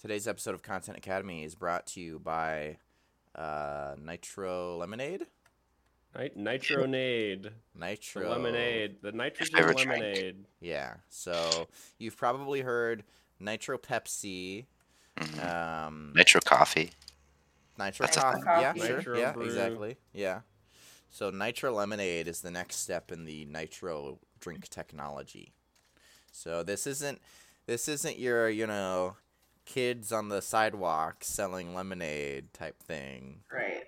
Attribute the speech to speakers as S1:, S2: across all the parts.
S1: Today's episode of Content Academy is brought to you by uh, Nitro Lemonade.
S2: Nit- nitronade. The
S1: Nitro
S2: lemonade. The nitrogen
S3: favorite drink.
S2: lemonade.
S1: Yeah. So you've probably heard Nitro Pepsi, um,
S3: Nitro coffee.
S1: Nitro
S3: That's a
S1: Coffee.
S3: thing.
S1: Yeah, sure.
S2: Nitro
S1: yeah,
S2: Brew.
S1: exactly. Yeah. So Nitro Lemonade is the next step in the Nitro drink technology. So this isn't this isn't your, you know, kids on the sidewalk selling lemonade type thing.
S4: Right.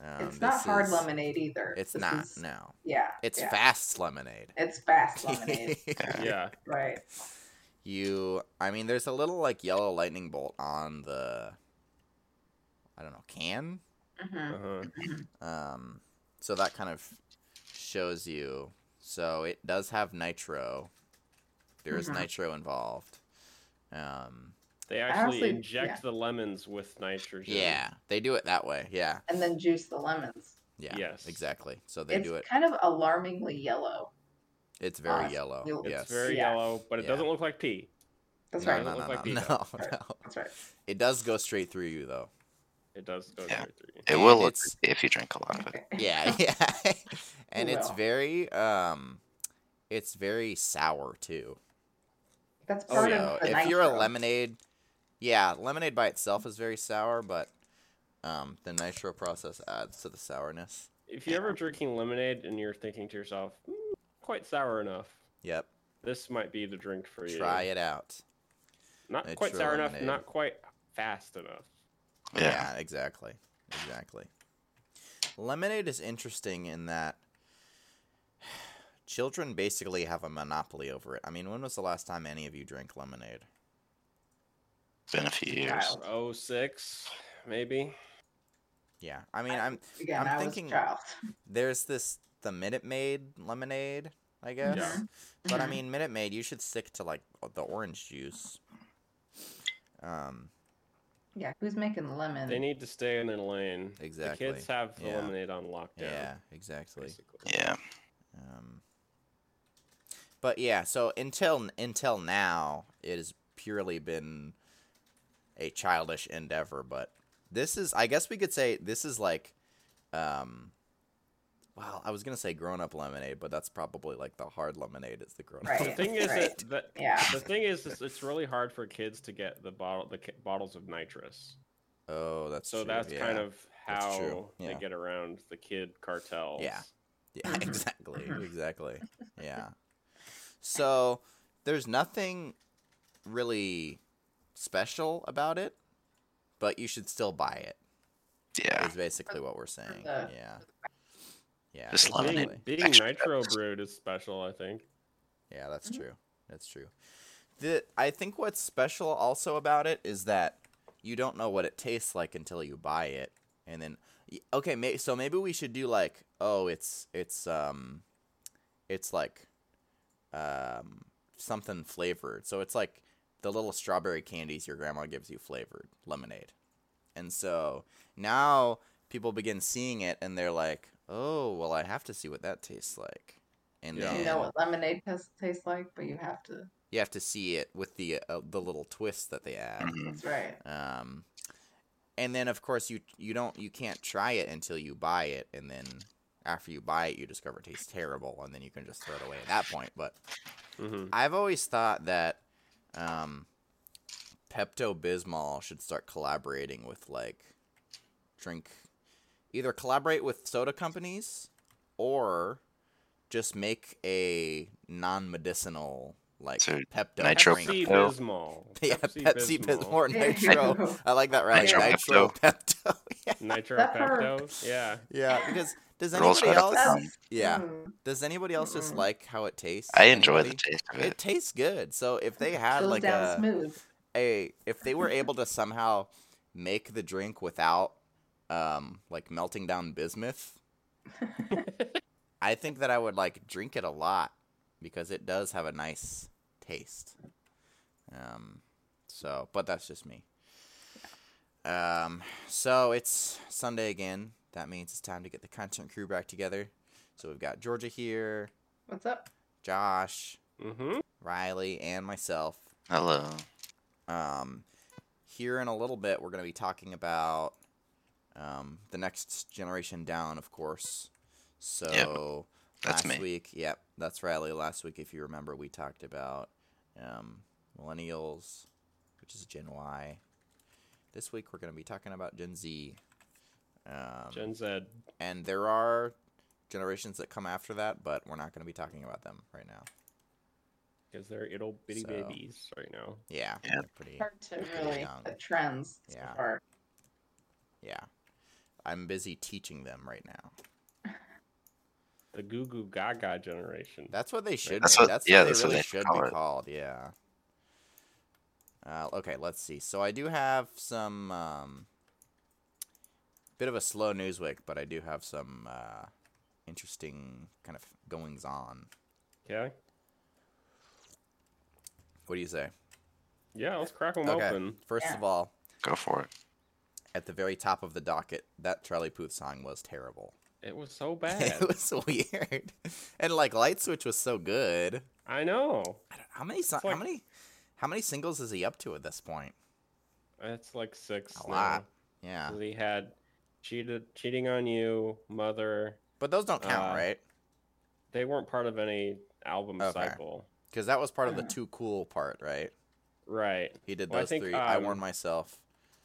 S1: Um,
S4: it's not
S1: this
S4: hard
S1: is-
S4: lemonade either.
S1: It's
S4: This
S1: not,
S4: is-
S1: no.
S4: Yeah.
S1: It's
S4: yeah.
S1: fast lemonade.
S4: It's fast lemonade.
S2: Yeah.
S4: right.
S1: you i mean there's a little like yellow lightning bolt on the i don't know can
S4: hmm
S2: Uh-huh.
S1: um so that kind of shows you so it does have nitro there is
S4: Mhm.
S1: nitro involved um
S2: They actually
S4: honestly-
S2: inject
S4: yeah.
S2: the lemons with nitrogen.
S1: yeah they do it that way yeah
S4: And then juice the lemons.
S1: yeah
S2: Yes.
S1: exactly so they
S4: it's
S1: do it
S4: kind of alarmingly yellow.
S1: it's very
S4: awesome.
S1: yellow
S4: You-
S2: It's
S1: yes
S2: very
S4: Yeah.
S2: yellow, but it
S1: Yeah.
S2: doesn't look like pee.
S4: That's
S1: no,
S4: right.
S1: no, no,
S2: Doesn't look like
S1: no,
S2: pizza.
S1: no, no.
S4: That's right.
S1: it does go straight through you though
S2: It does go
S3: Yeah.
S2: straight through. you.
S3: It
S1: And
S3: will look
S1: it's-
S3: creepy if you drink a lot of it.
S4: Okay.
S1: yeah yeah and it's
S4: Well.
S1: very um it's very sour too
S4: That's
S2: Oh,
S4: part
S1: so
S4: of the
S1: if you're a
S4: nitro.
S1: lemonade yeah lemonade by itself is very sour but um the nitro process adds to the sourness
S2: If you're ever drinking lemonade and you're thinking to yourself, mm, quite sour enough,
S1: yep
S2: this might be the drink for you.
S1: try it out
S2: Not
S1: Nitro
S2: quite sour
S1: lemonade.
S2: enough, not quite fast enough.
S3: Yeah.
S1: exactly exactly lemonade is interesting in that children basically have a monopoly over it i mean when was the last time any of you drank lemonade
S3: It's been a few years.
S4: Wild.
S2: Oh six, maybe.
S1: yeah i mean i'm
S4: Again,
S1: I'm
S4: I was
S1: thinking-
S4: a child.
S1: there's this the Minute Maid lemonade, I guess.
S2: Yeah.
S1: But I
S4: Mhm.
S1: mean, Minute Maid, you should stick to like the orange juice. Um,
S4: Yeah, who's making lemon?
S2: They need to stay in their lane.
S1: Exactly.
S2: The kids have the
S1: Yeah.
S2: lemonade on lockdown.
S1: yeah, exactly.
S2: basically.
S3: Yeah.
S1: Um, but yeah, so until until now, it has purely been a childish endeavor. But this is, I guess, we could say this is like, um, well, I was gonna say grown up lemonade, but that's probably like the hard lemonade. It's the grown up.
S4: Right.
S2: The thing is
S4: Right.
S2: that, that
S4: Yeah.
S2: the thing is, is it's really hard for kids to get the bottle the ki- bottles of nitrous.
S1: Oh, that's
S2: So
S1: true,
S2: that's
S1: yeah.
S2: kind of how
S1: That's true, yeah.
S2: they get around the kid cartels.
S1: Yeah,
S4: Mhm.
S1: exactly.
S4: Mhm.
S1: Exactly. Yeah. So there's nothing really special about it, but you should still buy it.
S3: Yeah.
S1: Is basically what we're saying.
S4: the-
S1: Yeah. Yeah.
S3: Just
S2: Being-
S3: lemonade.
S1: exactly.
S2: Being,
S3: Extra
S2: nitro
S3: pepper.
S2: brewed is special, I think.
S1: Yeah, that's
S4: Mhm.
S1: true. That's true. The I think what's special also about it is that you don't know what it tastes like until you buy it, and then y- okay, may, so maybe we should do like oh, it's it's um, it's like um something flavored. So it's like the little strawberry candies your grandma gives you flavored lemonade, and so now people begin seeing it and they're like, oh, well, I have to see what that tastes like, and
S2: Yeah.
S1: then
S4: You know what lemonade tas- tastes like, but you have to.
S1: you have to see it with the uh, the little twist that they add.
S3: Mhm.
S4: That's right.
S1: Um, and then of course you you don't you can't try it until you buy it, and then after you buy it, you discover it tastes terrible, and then you can just throw it away at that point. But
S2: Mm-hmm.
S1: I've always thought that um, Pepto Bismol should start collaborating with like drink, either collaborate with soda companies or just make a non medicinal like
S3: So,
S1: Pepto
S3: Nitro
S1: drink.
S2: Pepsi
S3: Pepto.
S2: Bismol.
S1: Yeah, Pepsi Bismol or Nitro. I like that right.
S4: Nitro
S1: Nitro Pepto. yeah.
S2: Nitro
S4: That part-
S2: Pepto. Yeah.
S1: yeah, because does
S3: Rolls
S1: anybody
S3: right off
S1: else?
S3: the tongue.
S1: Oh, Yeah.
S4: Mm,
S1: Does anybody else just
S4: Mm-mm.
S1: like how it tastes?
S3: I enjoy the
S1: Anybody?
S3: taste of
S1: It
S3: it.
S1: tastes good. So if they had
S4: goes
S1: like
S4: down
S1: a
S4: smooth.
S1: a if they were able to somehow make the drink without um like melting down bismuth i think that i would like drink it a lot because it does have a nice taste um so but that's just me um so it's sunday again that means it's time to get the content crew back together so we've got georgia here
S4: What's up?
S1: josh
S2: Mm-hmm.
S1: riley and myself
S3: Hello.
S1: um, here in a little bit, we're going to be talking about um, the next generation down, of course. So
S3: That's
S1: last
S3: me.
S1: week, yep, that's Riley. Last week, if you remember, we talked about um, millennials, which is Gen Y. This week, we're going to be talking about Gen Z. Um,
S2: Gen Z.
S1: and there are generations that come after that, but we're not going to be talking about them right now.
S2: Because they're little bitty
S1: So.
S2: babies right now.
S1: Yeah,
S3: Yeah.
S1: they're pretty.
S4: Hard to really
S1: young.
S4: the trends so
S1: Yeah.
S4: far.
S1: Yeah, I'm busy teaching them right now.
S2: The Goo Goo Gaga generation.
S1: That's what they should.
S3: That's
S1: be.
S3: what-
S1: that's
S3: yeah,
S1: what
S3: that's
S1: they
S3: what
S1: really
S3: they
S1: should
S3: call
S1: be
S3: it.
S1: called. Yeah. Uh, okay, let's see. So I do have some um, bit of a slow news week, but I do have some uh, interesting kind of goings on.
S2: Okay.
S1: What do you say?
S2: Yeah, let's crack them
S1: okay.
S2: open.
S1: First
S4: Yeah.
S1: of all,
S3: Go for it.
S1: at the very top of the docket, that Charlie Puth song was terrible.
S2: It was so bad.
S1: it was weird, and like Light Switch was so good.
S2: I know.
S1: I don't, how many? So-
S2: like-
S1: how many? How many singles is he up to at this point?
S2: It's like six.
S1: A
S2: now.
S1: lot. Uh. Yeah,
S2: 'Cause He had cheated, cheating on you, mother.
S1: but those don't count,
S2: Uh,
S1: right?
S2: They weren't part of any album
S1: Okay.
S2: cycle,
S1: Because that was part of the
S4: Uh.
S1: too cool part, right?
S2: right?
S1: He did
S2: Well, I
S1: those
S2: think,
S1: three. I
S2: um,
S1: warned myself.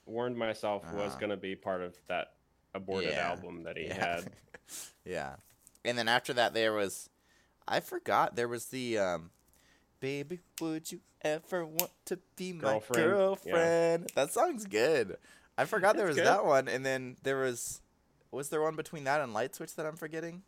S2: Warned myself was
S1: Uh-huh.
S2: gonna be part of that aborted
S1: Yeah.
S2: album that he
S1: yeah.
S2: had.
S1: yeah. And then after that, there was, I forgot there was the, um, baby, would you ever want to be my girlfriend?
S2: Girlfriend, yeah.
S1: That song's good. I forgot there was
S2: It's
S1: that one, and then there was, was there one between that and Light Switch that I'm forgetting?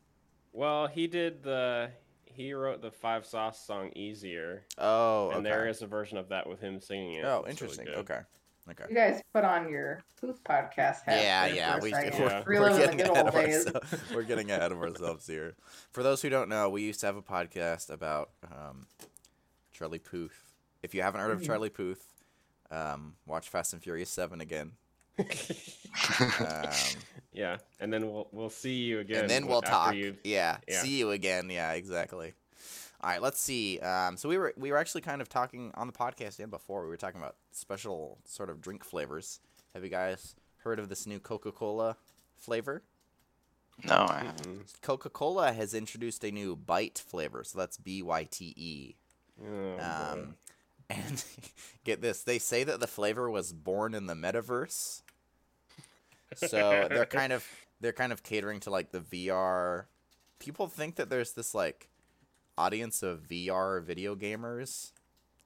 S2: Well, he did the. He wrote the Five Sauce song "Easier,"
S1: Oh,
S2: and
S1: okay.
S2: there is a version of that with him singing it.
S1: oh,
S2: It's really
S1: interesting.
S2: good.
S1: okay, okay.
S4: You guys put on your Poof podcast hat.
S1: Yeah,
S4: there
S1: yeah,
S4: for a
S1: we,
S4: second.
S1: we're,
S2: Yeah.
S1: we're
S4: Reliving the
S1: getting
S4: good
S1: ahead
S4: old
S1: of
S4: days.
S1: ourselves. We're getting ahead of ourselves here. For those who don't know, we used to have a podcast about um, Charlie Puth. If you haven't heard of
S4: Mhm.
S1: Charlie Puth, um, watch Fast and Furious Seven again, um,
S2: Yeah, and then we'll we'll see you again.
S1: and then we'll
S2: after
S1: talk.
S2: you've-
S1: Yeah,
S2: yeah.
S1: see you again. Yeah, exactly. All right, let's see. Um, so we were we were actually kind of talking on the podcast and before we were talking about special sort of drink flavors. Have you guys heard of this new Coca Cola flavor?
S3: No, I haven't.
S2: Mm-mm.
S1: Coca Cola has introduced a new bite flavor, so that's B Y T E.
S2: Oh, boy.
S1: Um, and get this, they say that the flavor was born in the metaverse. So they're kind of they're kind of catering to like the VR. People think that there's this like audience of VR video gamers.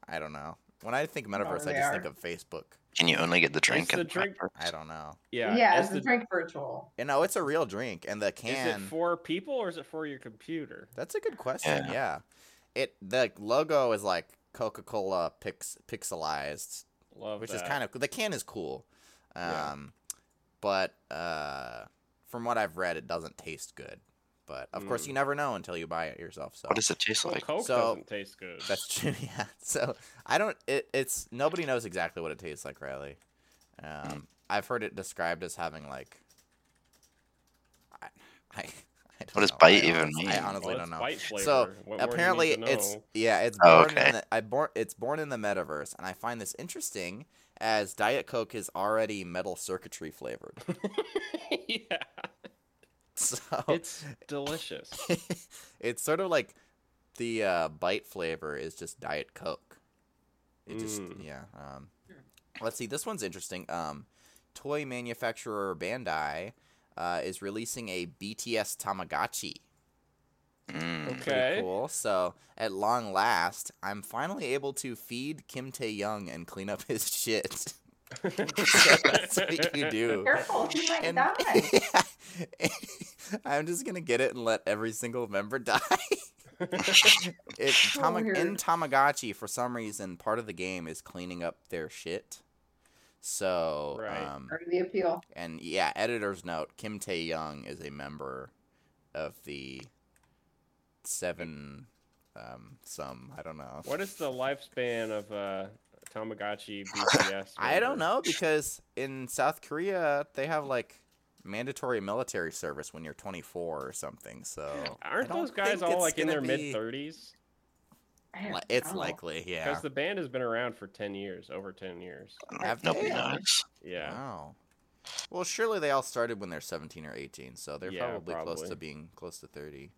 S1: I don't know. When I think metaverse, I
S4: they
S1: just
S4: are.
S1: think of Facebook.
S3: Can you only get the drink?
S2: It's the
S3: and
S2: drink-
S1: I don't know.
S2: yeah,
S4: Yeah,
S2: is
S4: it's a
S2: the-
S4: drink virtual.
S1: You know, it's a real drink, and the can
S2: Is it for people or is it for your computer?
S1: That's a good question. Yeah.
S3: Yeah.
S1: It the logo is like Coca-Cola pix, pixelized,
S2: Love
S1: which
S2: is
S1: is kind of the can is cool. Um
S2: Yeah.
S1: but uh from what I've read it doesn't taste good. But of course
S2: Mm.
S1: you never know until you buy it yourself. So
S3: What does it taste
S2: well,
S3: like?
S2: Coke
S1: so-
S2: doesn't taste good.
S1: that's true. Yeah. So I don't it, it's nobody knows exactly what it tastes like, Riley.
S3: Hmm.
S1: Um I've heard it described as having like I I, I don't
S3: What does
S1: know. I
S3: bite even
S1: honest-
S3: mean?
S1: I
S3: Well,
S1: honestly
S2: Well,
S1: don't
S2: it's
S1: know
S2: White flavor.
S1: so
S2: What more do you need
S1: apparently
S2: to
S1: it's
S2: know?
S1: yeah it's born
S3: Oh,
S1: in
S3: okay.
S1: the, I born it's born in the metaverse and I find this interesting as Diet Coke is already metal circuitry flavored.
S2: yeah,
S1: So
S2: it's delicious.
S1: it's sort of like the uh, bite flavor is just Diet Coke. It just
S2: Mm.
S1: yeah. Um,
S4: Sure.
S1: let's see. This one's interesting. Um, toy manufacturer Bandai uh, is releasing a BTS Tamagotchi.
S3: Mm.
S1: pretty
S2: Okay.
S1: cool. So at long last, I'm finally able to feed Kim Tae Young and clean up his shit. so that's what you do.
S4: Careful, you might
S1: And
S4: die.
S1: I'm just gonna get it and let every single member die. It, Tama- in
S4: Weird.
S1: Tamagotchi, for some reason, part of the game is cleaning up their shit. So,
S2: Right.
S1: um,
S4: Or the appeal.
S1: and yeah, editor's note: Kim Tae Young is a member of the seven, um, some I don't know.
S2: What is the lifespan of uh, Tamagotchi BTS?
S1: I don't
S2: member?
S1: know because in South Korea they have like mandatory military service when you're 24 or something. So I
S2: Aren't
S1: don't
S2: those guys
S1: think
S2: all
S1: it's
S2: like in
S1: gonna
S2: their
S1: be-
S2: mid thirties?
S4: I don't
S1: Li- It's
S4: know.
S1: likely, yeah.
S2: Because the band has been around for 10 years, over 10 years.
S1: Have
S3: Nobody
S1: they?
S3: knows.
S2: Yeah.
S1: Wow. Well, surely they all started when they're 17 or 18, so they're
S2: Yeah,
S1: probably, close to
S2: probably.
S1: being close to 30.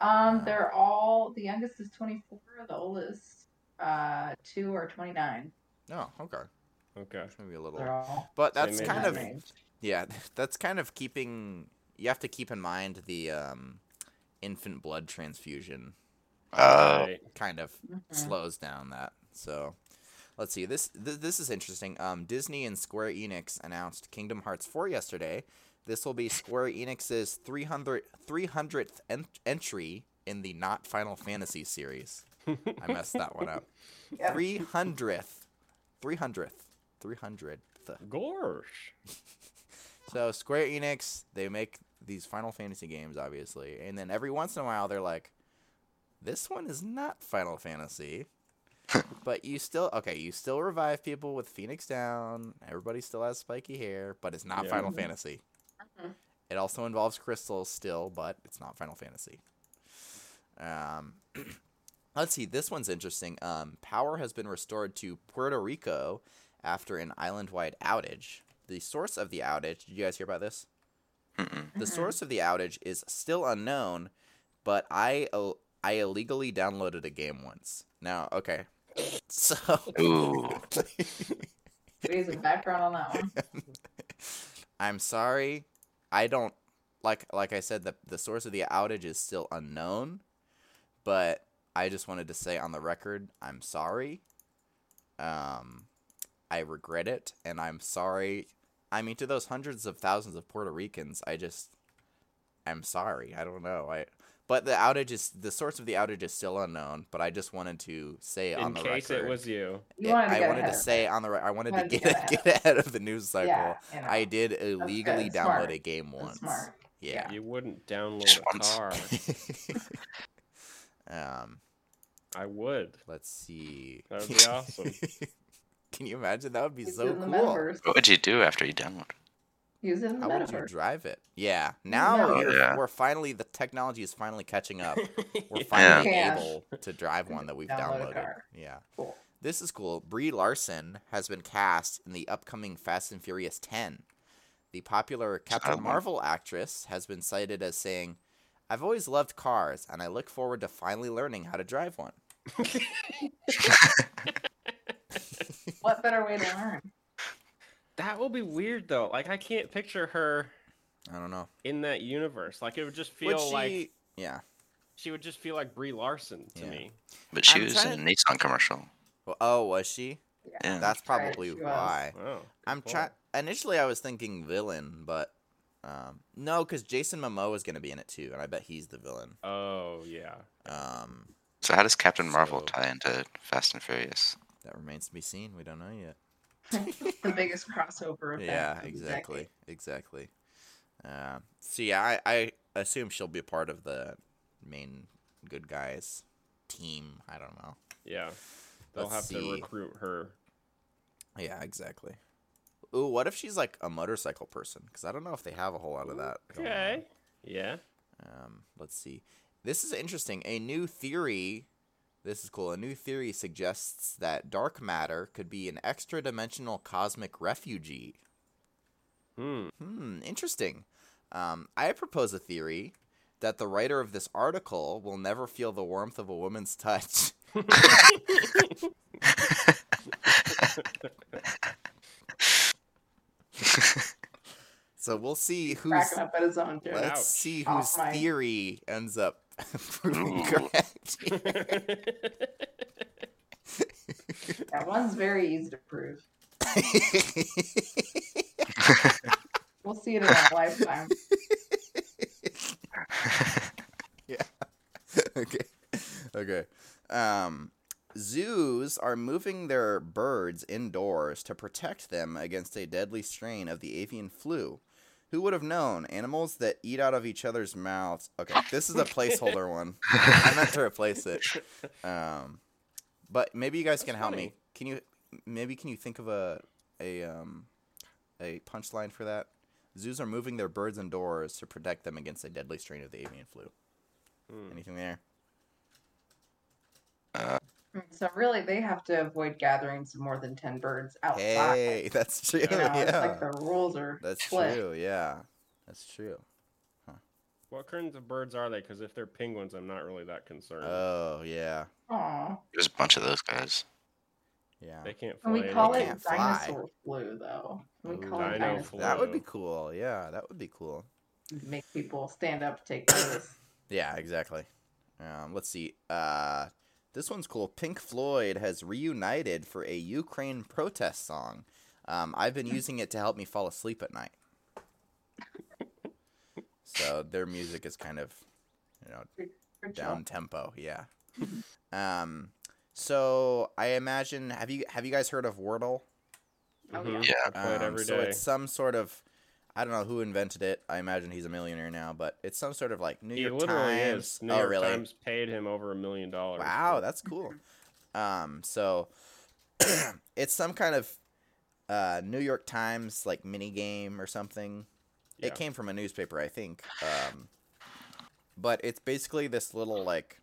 S4: Um,
S1: Wow.
S4: they're all the youngest is 24, the oldest uh two or 29.
S1: No, oh, okay.
S2: Okay.
S1: It's Maybe a little.
S4: They're all
S1: But
S2: They
S1: that's
S2: may
S1: kind
S2: not
S1: of
S2: be.
S1: yeah, that's kind of keeping you have to keep in mind the um infant blood transfusion
S3: Uh,
S2: Right.
S1: kind of
S4: Mm-hmm. Mm.
S1: slows down that. So, let's see. This th- this is interesting. Um, Disney and Square Enix announced Kingdom Hearts 4 yesterday. This will be Square Enix's 300 300th en- entry in the not Final Fantasy series. I messed that one up.
S4: Yep.
S1: 300th. 300th. 300th.
S2: Gorsh.
S1: So Square Enix, they make these Final Fantasy games, obviously, and then every once in a while they're like, "This one is not Final Fantasy," but you still okay. You still revive people with Phoenix Down. Everybody still has spiky hair, but it's not
S2: Yeah.
S1: Final
S4: Mhm.
S1: Fantasy.
S4: Mhm.
S1: It also involves crystals still, but it's not Final Fantasy. Um, let's see. This one's interesting. Um, power has been restored to Puerto Rico after an island-wide outage. The source of the outage. Did you guys hear about this?
S3: mm-mm.
S1: The
S4: Mhm.
S1: source of the outage is still unknown, but I ill- I illegally downloaded a game once. Now, okay. So
S3: Ooh.
S4: There's a background on that one.
S1: I'm sorry. I don't like like I said the the source of the outage is still unknown, but I just wanted to say on the record, I'm sorry. Um I regret it and I'm sorry. I mean to those hundreds of thousands of Puerto Ricans, I just I'm sorry. I don't know. I but the outage is the source of the outage is still unknown, but I just wanted to say on
S2: In
S1: the
S2: case
S1: record.
S2: it was you.
S4: You
S1: it-
S4: wanted to
S1: I
S4: get
S1: wanted
S4: ahead
S1: to
S4: of it.
S1: say on the re- I wanted to
S4: Wanted to
S1: get
S4: get
S1: get ahead of the news cycle.
S4: Yeah, you know,
S1: I did illegally download
S4: Smart.
S1: a game
S4: that's
S1: once.
S4: Smart.
S1: Yeah.
S2: You wouldn't download
S3: Just
S2: a
S3: once.
S2: car.
S1: um,
S2: I would.
S1: let's see.
S2: That would be awesome.
S1: Can you imagine? That would be
S4: Use it
S1: so
S4: in the
S1: cool.
S4: metaverse.
S3: What would you do after you download?
S4: Use it in the
S1: How would you
S4: metaverse.
S1: drive it? Yeah. Now
S4: know.
S1: we're,
S3: Yeah.
S1: we're finally the technology is finally catching up. We're
S2: Yeah.
S1: finally
S4: Yeah.
S1: able to drive one that we've
S4: Download a
S1: downloaded.
S4: car.
S1: Yeah.
S4: Cool.
S1: This is cool. Brie Larson has been cast in the upcoming Fast and Furious 10. The popular Captain
S3: Silent.
S1: Marvel actress has been cited as saying, I've always loved cars, and I look forward to finally learning how to drive one.
S4: What better way to learn?
S2: That will be weird though. Like I can't picture her
S1: I don't know.
S2: in that universe. Like it would just
S1: Would
S2: feel like
S1: she- Yeah.
S2: she would just feel like Brie Larson to
S1: Yeah.
S2: me.
S3: But she
S1: I'm
S3: was
S1: trying
S3: in a Nissan commercial.
S1: Well, oh, was she?
S3: Yeah.
S1: That's
S4: Right,
S1: probably
S4: she was.
S1: why.
S2: Wow.
S1: I'm trying. Initially, I was thinking villain, but um, no, because Jason Momoa is going to be in it too, and I bet he's the villain.
S2: Oh yeah.
S1: Um,
S3: so how does Captain Marvel
S1: So-
S3: tie into Fast and Furious?
S1: that remains to be seen. We don't know yet.
S4: The biggest crossover of
S1: yeah exactly exactly um so yeah I, I assume she'll be part of the main good guys team i don't know
S2: Yeah. They'll
S1: Let's
S2: have
S1: see.
S2: to recruit her.
S1: yeah exactly Ooh, what if she's like a motorcycle person because i don't know if they have a whole lot of that going on.
S2: Okay. Yeah.
S1: Um, let's see. This is interesting. A new theory. This is cool. A new theory suggests that dark matter could be an extra dimensional cosmic refugee.
S2: Hmm.
S1: Hmm, interesting. Um, I propose a theory that the writer of this article will never feel the warmth of a woman's touch. so we'll see who's
S4: Cracking up at his own joke.
S1: let's
S2: Ouch.
S1: see
S4: Off
S1: whose
S4: my-
S1: theory ends up proving
S3: Ooh.
S1: correct.
S2: Hmm.
S4: That one's very easy to prove. We'll see it in our lifetime.
S1: okay. Okay. Um, zoos are moving their birds indoors to protect them against a deadly strain of the avian flu. Who would have known? Animals that eat out of each other's mouths. Okay, this is a placeholder one. I meant to replace it. Um, but maybe you guys can
S2: That's
S1: help me.
S2: funny.
S1: Can you maybe can you think of a a um a punchline for that? Zoos are moving their birds indoors to protect them against a deadly strain of the avian flu.
S2: Hmm.
S1: Anything there?
S3: Uh,
S4: Mm, So really, they have to avoid gatherings of more than ten birds outside.
S1: Hey, that's true.
S4: You know,
S1: yeah,
S4: Oh, it's like the rules are
S1: that's
S4: split.
S1: true. Yeah, that's true.
S2: What kinds of birds are they? Because if they're penguins, I'm not really that concerned.
S1: Oh yeah,
S4: Aw.
S3: there's a bunch of those guys.
S1: yeah.
S2: they can't fly.
S4: And we call
S1: they
S4: it
S1: can't fly.
S4: dinosaur flu, though. We
S1: Ooh,
S4: call it
S2: Dino
S4: dinosaur.
S1: That would be
S2: flu.
S1: cool. Yeah, that would be cool.
S4: Make people stand up, take notice.
S1: Yeah, exactly. Um, let's see. Uh, this one's cool. Pink Floyd has reunited for a Ukraine protest song. Um, I've been using it to help me fall asleep at night. So their music is kind of, you know,
S4: Good
S1: down
S4: job.
S1: tempo. Yeah. Um, so I imagine have you have you guys heard of Wordle?
S4: Oh,
S2: Mhm.
S4: yeah.
S2: I play
S1: Um,
S2: it every
S1: so
S2: day.
S1: it's some sort of I don't know who invented it. I imagine he's a millionaire now, but it's some sort of like New
S2: He
S1: York
S2: literally
S1: Times.
S2: is. New
S1: oh,
S2: York
S1: really?
S2: Times paid him over a million dollars.
S1: Wow,
S2: for-
S1: that's cool. Um, so it's some kind of uh, New York Times like mini game or something.
S2: yeah.
S1: It came from a newspaper, I think. Um, but it's basically this little like,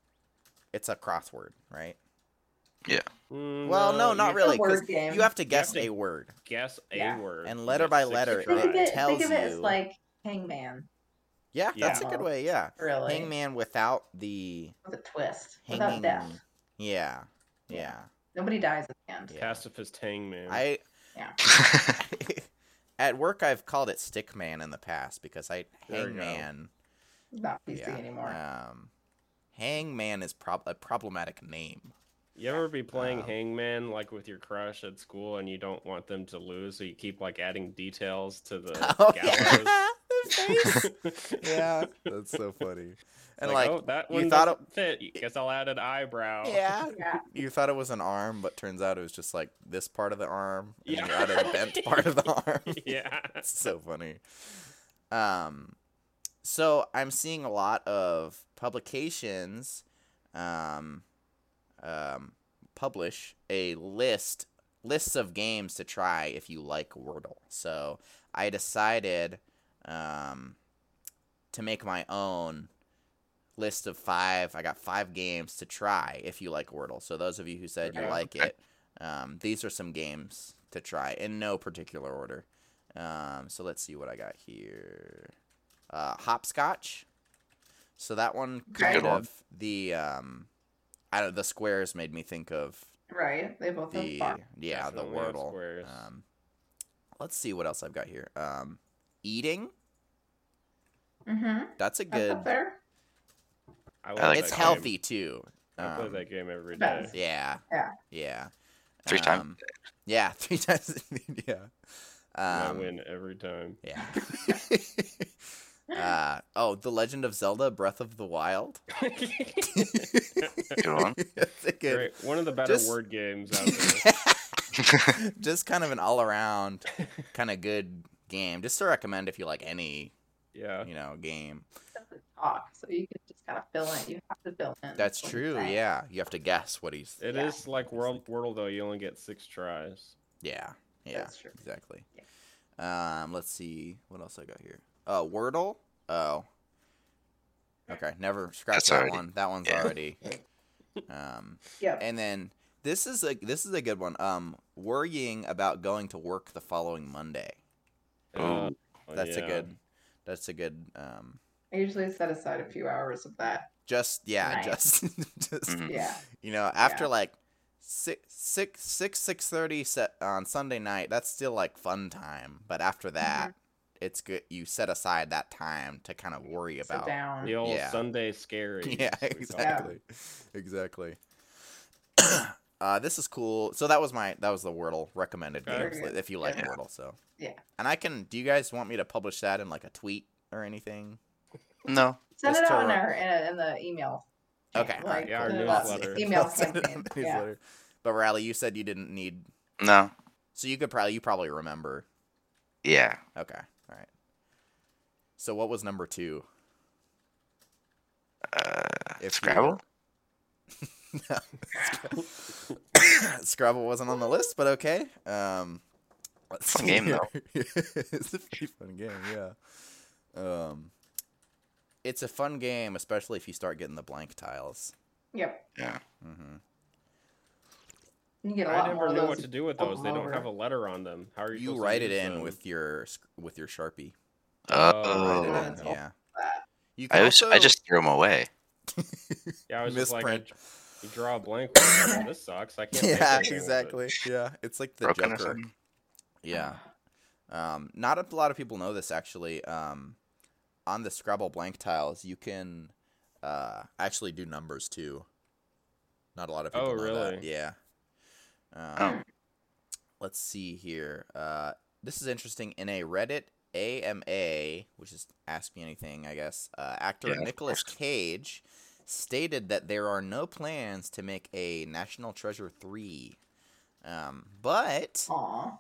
S1: it's a crossword, right?
S2: Mm,
S1: Well, no,
S2: you
S1: not
S2: have to
S1: really. 'cause
S4: word game.
S1: You have to guess
S2: to-
S1: a word,
S2: Guess a
S4: Yeah.
S2: word.
S1: And
S2: You
S1: letter
S2: get
S1: by
S2: six to
S1: letter it
S4: Think
S2: try.
S4: of it. Think
S1: tells
S4: of it as
S1: you-
S4: like hangman,
S1: yeah, that's a
S4: Yeah.
S1: good way. Yeah,
S4: really.
S1: hangman without the
S4: with a twist, without
S1: hanging.
S4: death.
S1: Yeah,
S4: Yeah.
S1: yeah.
S4: Nobody dies at the end.
S1: Yeah.
S2: Pacifist Hangman.
S1: I at work I've called it stickman in the past because I
S2: There you go.
S1: hangman.
S4: It's not PC
S1: Yeah.
S4: anymore.
S1: Um, hangman is prob- a problematic name.
S2: You ever be playing
S1: Um,
S2: Hangman like with your crush at school and you don't want them to lose, so you keep like adding details to the gallows?
S1: the face. Oh, yeah, that's so funny. And like,
S2: oh, that
S1: you
S2: one
S1: thought
S2: doesn't fit. Guess I'll add an eyebrow.
S1: yeah,
S4: Yeah.
S1: you thought it was an arm, but turns out it was just like this part of the arm, and
S2: Yeah.
S1: you added a bent part of the arm.
S2: yeah.
S1: That's so funny. Um, so I'm seeing a lot of publications, um, um, publish a list lists of games to try if you like Wordle. So I decided, um, to make my own list of five. I got five games to try if you like Wordle. So those of you who said you
S2: Okay.
S1: like it, um, these are some games to try in no particular order. Um, so let's see what I got here. Uh, hopscotch. So that one kind
S3: one.
S1: of the um, I don't the squares made me think of
S4: Right. They both have
S1: the
S4: fun.
S1: yeah the
S2: Definitely have
S1: Wordle.
S2: squares.
S1: Um, let's see what else I've got here. Um, eating.
S4: Mm-hmm.
S1: That's a
S4: That's
S1: good.
S4: up there.
S2: I,
S3: like
S1: it's
S2: that game.
S1: healthy too.
S2: I play
S1: Um,
S2: that game every day.
S4: Best.
S1: Yeah.
S4: Yeah.
S1: Yeah.
S3: Three times.
S1: Um, Yeah, three times. yeah.
S2: I
S1: Um,
S2: win every time.
S1: Yeah. uh, oh, The Legend of Zelda: Breath of the Wild.
S3: Good one.
S1: That's a good.
S2: Great. One of the better
S1: Just-
S2: word games out there.
S1: Just kind of an all-around, kind of good game. Just to recommend if you like any,
S2: Yeah.
S1: you know, game.
S4: It doesn't talk, so you can just kind of fill in. You have to fill in.
S1: That's
S4: what he's
S1: true.
S4: saying.
S1: Yeah, you have to guess what he's.
S2: it is
S4: Yeah.
S2: like World Wordle though, you only get six tries.
S1: Yeah. Yeah.
S4: That's true.
S1: Exactly. Um, let's see what else I got here. Uh, Wordle. Oh. Okay, never scratch
S3: That's
S1: that
S3: already-
S1: one. That one's
S3: yeah.
S1: already. Um,
S4: Yep.
S1: and then this is a this is a good one. Um, worrying about going to work the following Monday.
S2: Uh,
S3: Ooh.
S1: That's
S2: yeah.
S1: a good. That's a good. Um,
S4: I usually set aside a few hours of that.
S1: just yeah,
S4: Nice.
S1: just just
S3: Mhm.
S4: Mm-hmm. Yeah.
S1: you know after like six six six six thirty set on Sunday night. That's still like fun time, but after
S4: Mm-hmm.
S1: that, it's good. You set aside that time to kind of worry
S4: Sit
S1: about.
S4: down.
S2: The old
S1: Yeah.
S2: Sunday scary.
S1: Yeah, exactly. Exactly. uh, this is cool. So that was my that was the Wordle recommended
S2: Okay.
S1: games li- if you like
S4: Yeah.
S1: Wordle. So
S4: Yeah.
S1: and I can. Do you guys want me to publish that in like a tweet or anything?
S3: No.
S4: Send it
S1: Just to
S4: on
S1: re-
S4: our in, in the email. cha-
S1: Okay, alright,
S4: Like
S2: yeah, our
S4: the
S2: newsletter.
S4: Email
S1: I'll send it on
S4: campaign.
S1: the
S4: Yeah.
S1: newsletter. But Riley, you said you didn't need.
S3: No.
S1: So you could probably you probably remember.
S3: Yeah.
S1: Okay. All right. So what was number two?
S3: Uh,
S1: If you
S3: Scrabble?
S1: No. Scrabble wasn't on the list, but okay. Um, let's see
S3: Fun game, though.
S1: here. it's a pretty fun game, yeah. Um, it's a fun game, especially if you start getting the blank tiles.
S4: Yep.
S3: Yeah.
S1: hmm
S4: You can get a lot
S2: I never
S4: more of
S2: knew
S4: those.
S2: what to do with
S4: Flip
S2: those.
S4: them
S2: They don't
S4: over.
S2: have a letter on them. How are you?
S1: You
S2: supposed to
S1: write it
S2: use
S1: in
S2: them?
S1: with your sc- with your sharpie.
S2: Oh,
S1: Write
S3: Oh,
S1: it in,
S4: Oh.
S1: yeah. You
S3: I was, I
S1: also-
S3: just threw them away.
S2: Yeah, I was just like, I
S1: misprint.
S2: dr- you draw a blank. one, well, this sucks. I can't. make
S1: yeah,
S2: anything with it.
S1: exactly. Yeah, it's like the
S3: Broken or
S1: Joker.
S3: something.
S1: Yeah. Um, not a lot of people know this actually. Um, on the Scrabble blank tiles, you can uh, actually do numbers too. Not a lot of people
S2: Oh,
S1: know that.
S2: really?
S1: Yeah.
S3: Oh.
S1: Um, Let's see here. Uh, this is interesting. In a Reddit AMA, which is Ask Me Anything, I guess, uh, actor
S3: Yeah, of
S1: Nicolas Cage stated that there are no plans to make a National Treasure 3. Um, but.
S4: Aw.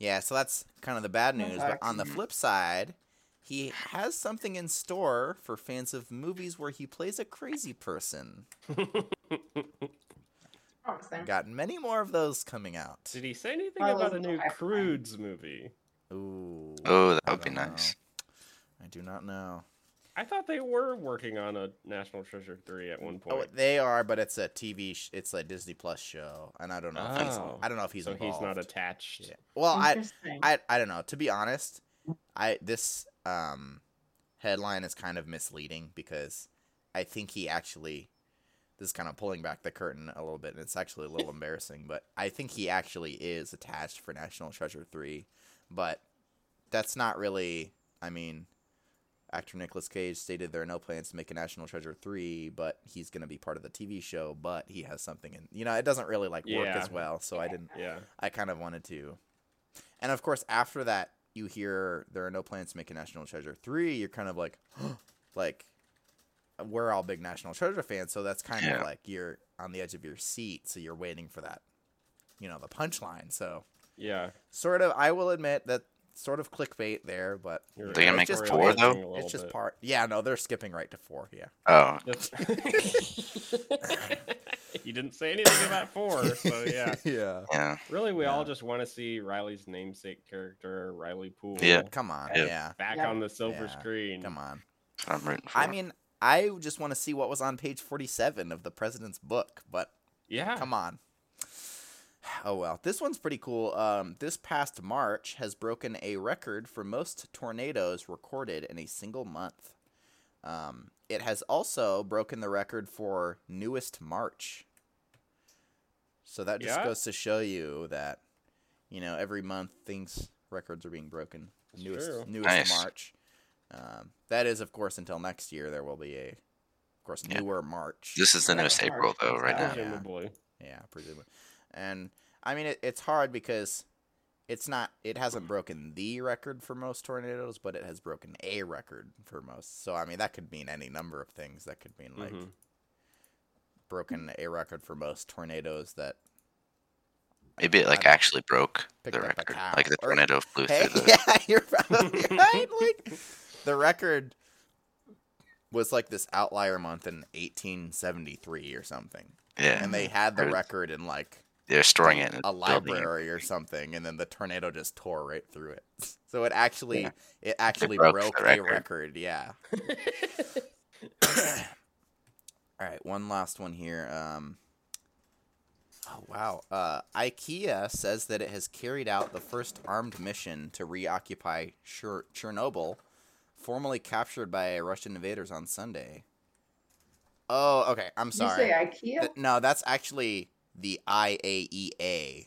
S1: Yeah, so that's kind of the bad
S4: No
S1: news. But
S4: facts.
S1: on the
S3: Mhm.
S1: flip side, he has something in store for fans of movies where he plays a crazy person.
S4: Promising.
S1: Got many more of those coming out.
S2: Did he say anything
S4: Well,
S2: about a
S4: it's
S2: new
S4: not my
S2: Crudes movie?
S1: Ooh.
S3: Oh, that
S1: I
S3: would be
S1: don't know.
S3: nice.
S1: I do not know.
S2: I thought they were working on a National Treasure three at one
S1: Oh,
S2: point.
S1: they are, but it's a TV. Sh- it's a Disney Plus show, and I don't know. If he's,
S2: Oh.
S1: I don't know if he's
S2: so
S1: involved.
S2: he's not attached.
S1: Yeah. Well, I
S4: Interesting.
S1: I I don't know. To be honest, I this um headline is kind of misleading because I think he actually this is kind of pulling back the curtain a little bit and it's actually a little embarrassing, but I think he actually is attached for National Treasure 3, but that's not really I mean actor Nicolas Cage stated there are no plans to make a National Treasure 3, but he's going to be part of the TV show, but he has something in you know, it doesn't really like work
S2: Yeah.
S1: as well, so I didn't
S2: Yeah.
S1: I kind of wanted to. And of course, after that, you hear there are no plans to make a National Treasure three. You're kind of like, like, we're all big National Treasure fans, so that's kind
S3: Yeah.
S1: of like you're on the edge of your seat, so you're waiting for that, you know, the punchline. So
S2: Yeah.
S1: sort of, I will admit that sort of clickbait there, but
S2: You're
S3: They gonna
S2: right.
S3: make
S1: Just
S2: We're
S1: four,
S2: losing
S3: though?
S2: a little
S1: it's just
S2: bit.
S1: part. Yeah, no, they're skipping right to four. Yeah.
S3: Oh,
S2: That's- you didn't say anything about four, so yeah.
S1: yeah.
S3: yeah.
S2: Really, we all
S1: Yeah.
S2: just want to see Riley's namesake character, Riley Poole,
S3: Yeah.
S1: Come on.
S3: Yeah.
S1: Yeah.
S2: back
S4: Yeah.
S2: on the silver
S1: Yeah.
S2: screen.
S1: Come on.
S3: that's what I'm rooting for.
S1: I mean, I just want to see what was on page 47 of the president's book, but
S2: Yeah.
S1: come on. Oh well, this one's pretty cool. Um, this past March has broken a record for most tornadoes recorded in a single month. Um, it has also broken the record for newest March. So that just
S2: Yeah.
S1: goes to show you that, you know, every month things records are being broken.
S2: It's
S1: newest
S2: true.
S1: newest
S3: Nice.
S1: March. Um, that is, of course, until next year. There will be a, of course,
S3: Yeah.
S1: newer March.
S3: this is the newest
S4: Yeah.
S3: April though, right now.
S2: Presumably.
S1: Yeah, presumably. And I mean, it, it's hard because it's not. It hasn't broken the record for most tornadoes, but it has broken a record for most. So I mean, that could mean any number of things. That could mean like
S2: Mhm.
S1: broken a record for most tornadoes that.
S3: Maybe it like
S1: I-
S3: actually broke
S1: Picked
S3: the
S1: up a
S3: record.
S1: cow.
S3: Like the
S1: Or-
S3: tornado flew
S1: Hey,
S3: through the.
S1: yeah, you're probably right. Like the record was like this outlier month in 1873 or something,
S3: Yeah,
S1: and they had the
S3: Or-
S1: record in like
S3: they're storing it in
S1: a
S3: building.
S1: library or something, and then the tornado just tore right through it. So it actually
S3: Yeah.
S1: it actually
S3: broke
S1: broke,
S3: the
S1: a
S3: record.
S1: record. Yeah. All right, one last one here. Um, oh wow, uh, IKEA says that it has carried out the first armed mission to reoccupy Cher- Chernobyl, formerly captured by Russian invaders on Sunday. Oh, okay. I'm
S4: Did you
S1: sorry.
S4: say IKEA?
S1: Th- no, that's actually the IAEA,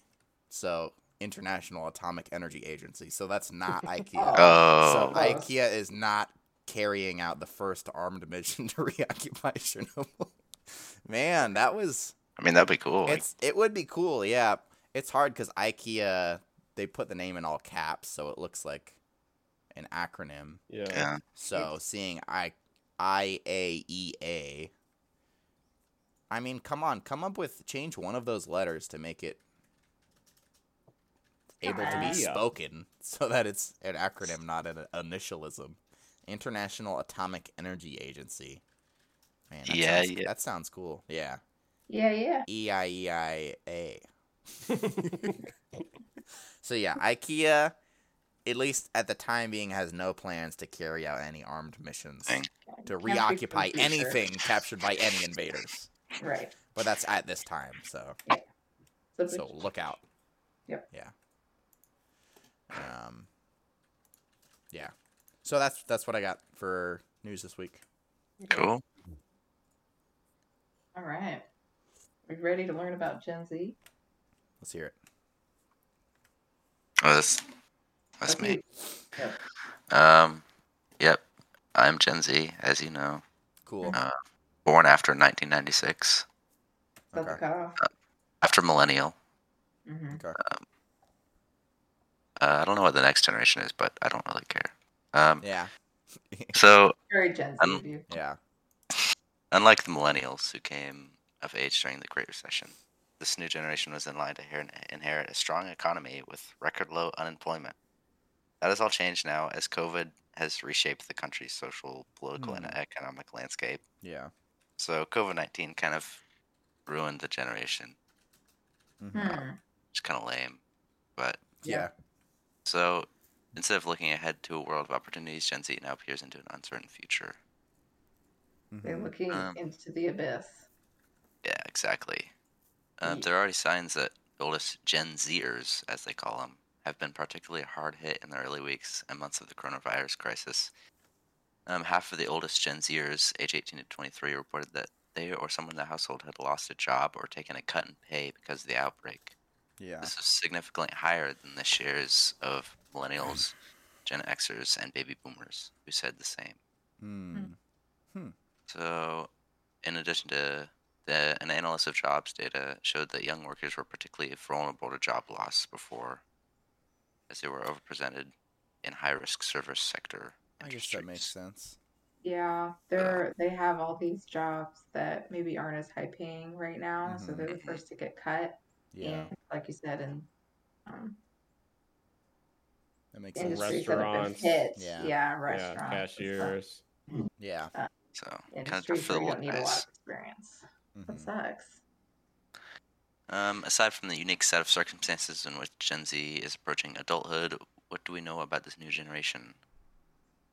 S1: so International Atomic Energy Agency. So that's not IKEA.
S3: Oh,
S1: So
S4: I-
S1: IKEA is not carrying out the first armed mission to reoccupy Chernobyl. Man, that was
S3: I mean that'd be cool. like,
S1: it's it would be cool, yeah. It's hard because IKEA they put the name in all caps, so it looks like an acronym.
S2: yeah.
S3: yeah,
S1: So seeing I I A E A. I mean, come on, come up with change one of those letters to make it able to be
S2: Yeah.
S1: spoken so that it's an acronym, not an initialism. International Atomic Energy Agency. Man, that
S3: Yeah,
S1: sounds,
S3: yeah.
S1: that sounds cool. Yeah,
S4: Yeah, yeah.
S1: E I E I A. So yeah, IKEA, at least at the time being, has no plans to carry out any armed missions
S3: Dang.
S1: to
S4: Can't speak for the
S1: reoccupy
S4: future.
S1: anything captured by any invaders.
S4: Right.
S1: But that's at this time, so.
S4: So,
S1: So look out.
S4: Yep.
S1: Yeah. Um. Yeah. So that's that's what I got for news this week.
S3: Cool.
S4: All right. Are you ready to learn about Gen Z?
S1: Let's hear it.
S3: Oh, that's that's me.
S4: Yep.
S3: Um, yep. I'm Gen Z, as you know.
S1: Cool.
S3: Uh, Born after 1996,
S4: That's
S1: Okay.
S4: cut off.
S3: after millennial.
S4: Mm-hmm.
S1: Okay.
S3: Uh, I don't know what the next generation is, but I don't really care. Um,
S1: Yeah.
S3: So
S4: Very Gen Z
S3: Um,
S4: of you.
S1: Yeah.
S3: Unlike the millennials who came of age during the Great Recession, this new generation was in line to her- inherit a strong economy with record low unemployment. That has all changed now as COVID has reshaped the country's social, political, and
S1: Hmm.
S3: economic landscape.
S1: Yeah.
S3: So COVID 19 kind of ruined the generation,
S1: Mhm.
S4: Hmm.
S3: which is kind of lame. But
S1: Yeah.
S3: so instead of looking ahead to a world of opportunities, Gen Z now peers into an uncertain future.
S4: They're
S1: Mhm.
S4: looking
S3: Um,
S4: into the abyss.
S3: Yeah, exactly. Um,
S4: Ye-
S3: there are already signs that the oldest Gen Zers, as they call them, have been particularly hard hit in the early weeks and months of the coronavirus crisis. Um, half of the oldest Gen Zers, age 18 to 23, reported that they or someone in the household had lost a job or taken a cut in pay because of the outbreak.
S1: Yeah.
S3: This is significantly higher than the shares of millennials, Gen Xers, and baby boomers, who said the same.
S1: Mm.
S3: So, in addition to the, an analyst of jobs data showed that young workers were particularly vulnerable to job loss before, as they were overrepresented in high-risk service sector
S1: I guess that makes
S3: industries.
S1: sense.
S4: Yeah, they're they have all these jobs that maybe aren't as high paying right now, so
S1: Mhm.
S4: they're the first to get cut.
S1: Yeah.
S4: And like you said, in um,
S1: That makes sense.
S4: industries that have been
S2: Restaurants.
S4: hit,
S1: Yeah.
S4: yeah,
S2: Yeah,
S4: restaurants, and stuff.
S2: cashiers.
S1: Yeah.
S3: So, kind of tough
S4: Industries
S3: for
S4: where
S3: the
S4: you don't need a lot
S3: workplace.
S4: of experience. That
S1: Mhm.
S4: sucks.
S3: Um, aside from the unique set of circumstances in which Gen Z is approaching adulthood, what do we know about this new generation?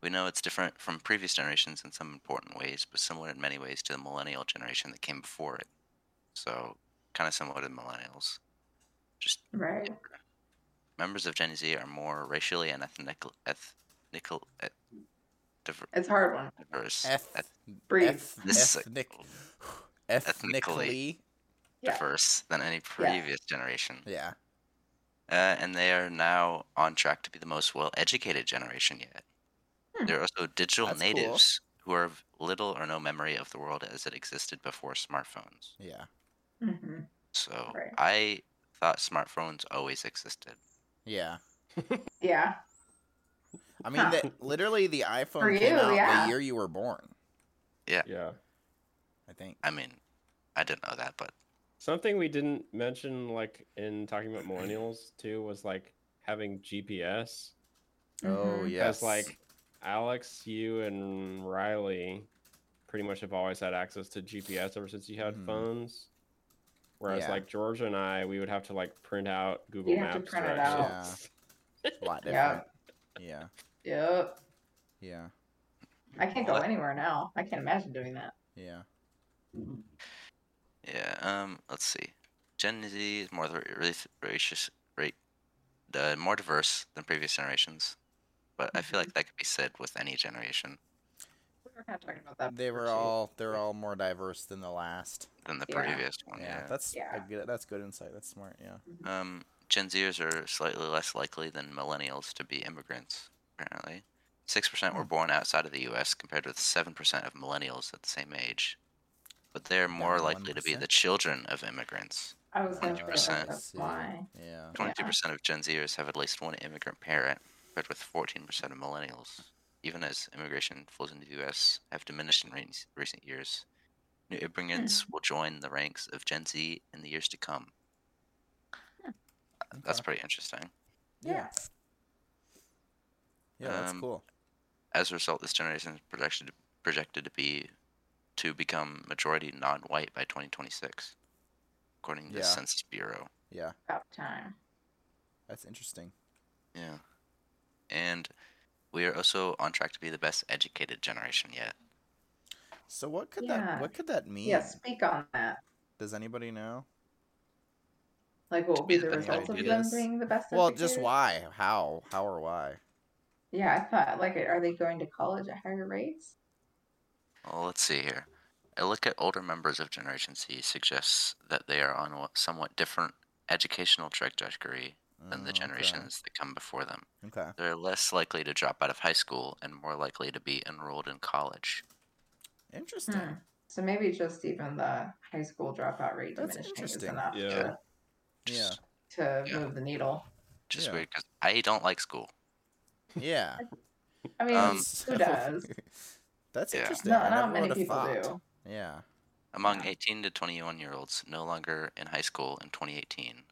S3: We know it's different from previous generations in some important ways, but similar in many ways to the millennial generation that came before it. So, kind of similar to the millennials. Just
S4: Right.
S3: members of Gen Z are more racially and ethnic, ethnic, eth, diver-
S4: It's a hard one.
S3: diverse,
S1: Eth-
S3: eth-
S4: Breathe.
S1: eth-
S3: This-
S1: ethnic. Ethnically.
S4: Yeah.
S3: diverse than any previous generation.
S1: Yeah.
S3: Uh, and they are now on track to be the most well educated generation yet.
S4: Hmm.
S3: They're also digital
S1: That's cool.
S3: natives who are of little or no memory of the world as it existed before smartphones.
S1: Yeah.
S4: hmm
S3: So
S4: Right.
S3: I thought smartphones always existed.
S1: Yeah.
S4: Yeah.
S1: I mean,
S4: Huh.
S1: that literally the iPhone
S4: For
S1: came
S4: you,
S1: out
S4: yeah.
S1: the year you were born.
S2: Yeah.
S1: I think.
S3: I mean, I didn't know that, but
S2: Something we didn't mention, like in talking about millennials too, was like having GPS.
S1: Oh
S4: Mhm.
S1: yes.
S2: Because like Alex, you and Riley pretty much have always had access to GPS ever since you had
S1: Mhm.
S2: phones. Whereas
S1: Yeah.
S2: like Georgia and I, we would have to like print out Google
S4: You'd have
S2: Maps
S4: to print it out.
S2: directions.
S1: a lot
S4: Yeah.
S1: different. Yeah.
S4: Yep.
S1: Yeah.
S4: I can't go
S3: What?
S4: anywhere now. I can't imagine doing that.
S1: Yeah.
S3: yeah. Um, let's see. Gen Z is more the race, racious, rate, the more diverse than previous generations, but I feel
S4: Mm-hmm.
S3: like that could be said with any generation
S4: We were kind of talking about that.
S1: They were
S4: before, too.
S1: all they're all more diverse than the last.
S3: than the
S4: Yeah.
S3: previous one.
S1: Yeah.
S3: Oh, yeah.
S1: That's
S4: Yeah.
S1: I get it. That's good insight. That's smart. Yeah.
S3: Um, Gen Zers are slightly less likely than millennials to be immigrants, apparently. 6% were born outside of the US compared with 7% of millennials at the same age. But they're more likely to be
S1: 1%.
S3: the children of immigrants.
S4: I was going to bring that.
S3: 100%.
S4: up, That's
S1: see.
S4: why.
S1: Yeah.
S3: 22% of Gen Zers have at least one immigrant parent, compared with 14% of millennials. Even as immigration flows into the US have diminished in rec- recent years, new immigrants will join the ranks of Gen Z in the years to come. That's
S1: Okay.
S3: pretty interesting.
S1: Yeah. Yeah. That's
S3: Um,
S1: cool.
S3: As a result, this generation is projected projected to be to become majority non-white by 2026, according to the
S1: Yeah.
S3: Census Bureau.
S1: Yeah.
S4: About time.
S1: That's interesting.
S3: Yeah, and we are also on track to be the best educated generation yet.
S1: So what could
S4: Yeah.
S1: that what could that mean?
S4: Yeah, speak on that.
S1: Does anybody know?
S4: Like, what will be
S3: Yeah,
S4: the
S3: that's how
S4: results
S1: we
S4: of
S1: do
S4: them
S3: this.
S4: being the best?
S1: Well, just
S4: educators?
S1: why? How? How or why?
S4: Yeah, I thought like, are they going to college at higher rates?
S3: Well, let's see here. A look at older members of Generation C suggests that they are on a somewhat different educational trajectory than
S1: Oh,
S3: the
S1: okay.
S3: generations that come before them.
S1: Okay.
S3: They're less likely to drop out of high school and more likely to be enrolled in college.
S1: Interesting.
S4: Hmm. So maybe just even the high school dropout rate
S1: That's
S4: diminishing is
S1: interesting.
S4: enough
S2: Yeah.
S1: Yeah.
S3: Just,
S4: to, to
S3: Yeah.
S4: move the needle.
S3: just
S1: Yeah.
S3: weird because I don't like school.
S1: Yeah.
S4: I mean,
S3: Um,
S1: So
S4: who does?
S1: weird. That's
S3: Yeah.
S1: interesting. I
S4: Not,
S1: never
S4: not many
S1: would've
S4: people
S1: thought.
S4: do.
S1: Yeah.
S3: Among
S4: Yeah.
S3: 18 to 21 year olds no longer in high school in 2018,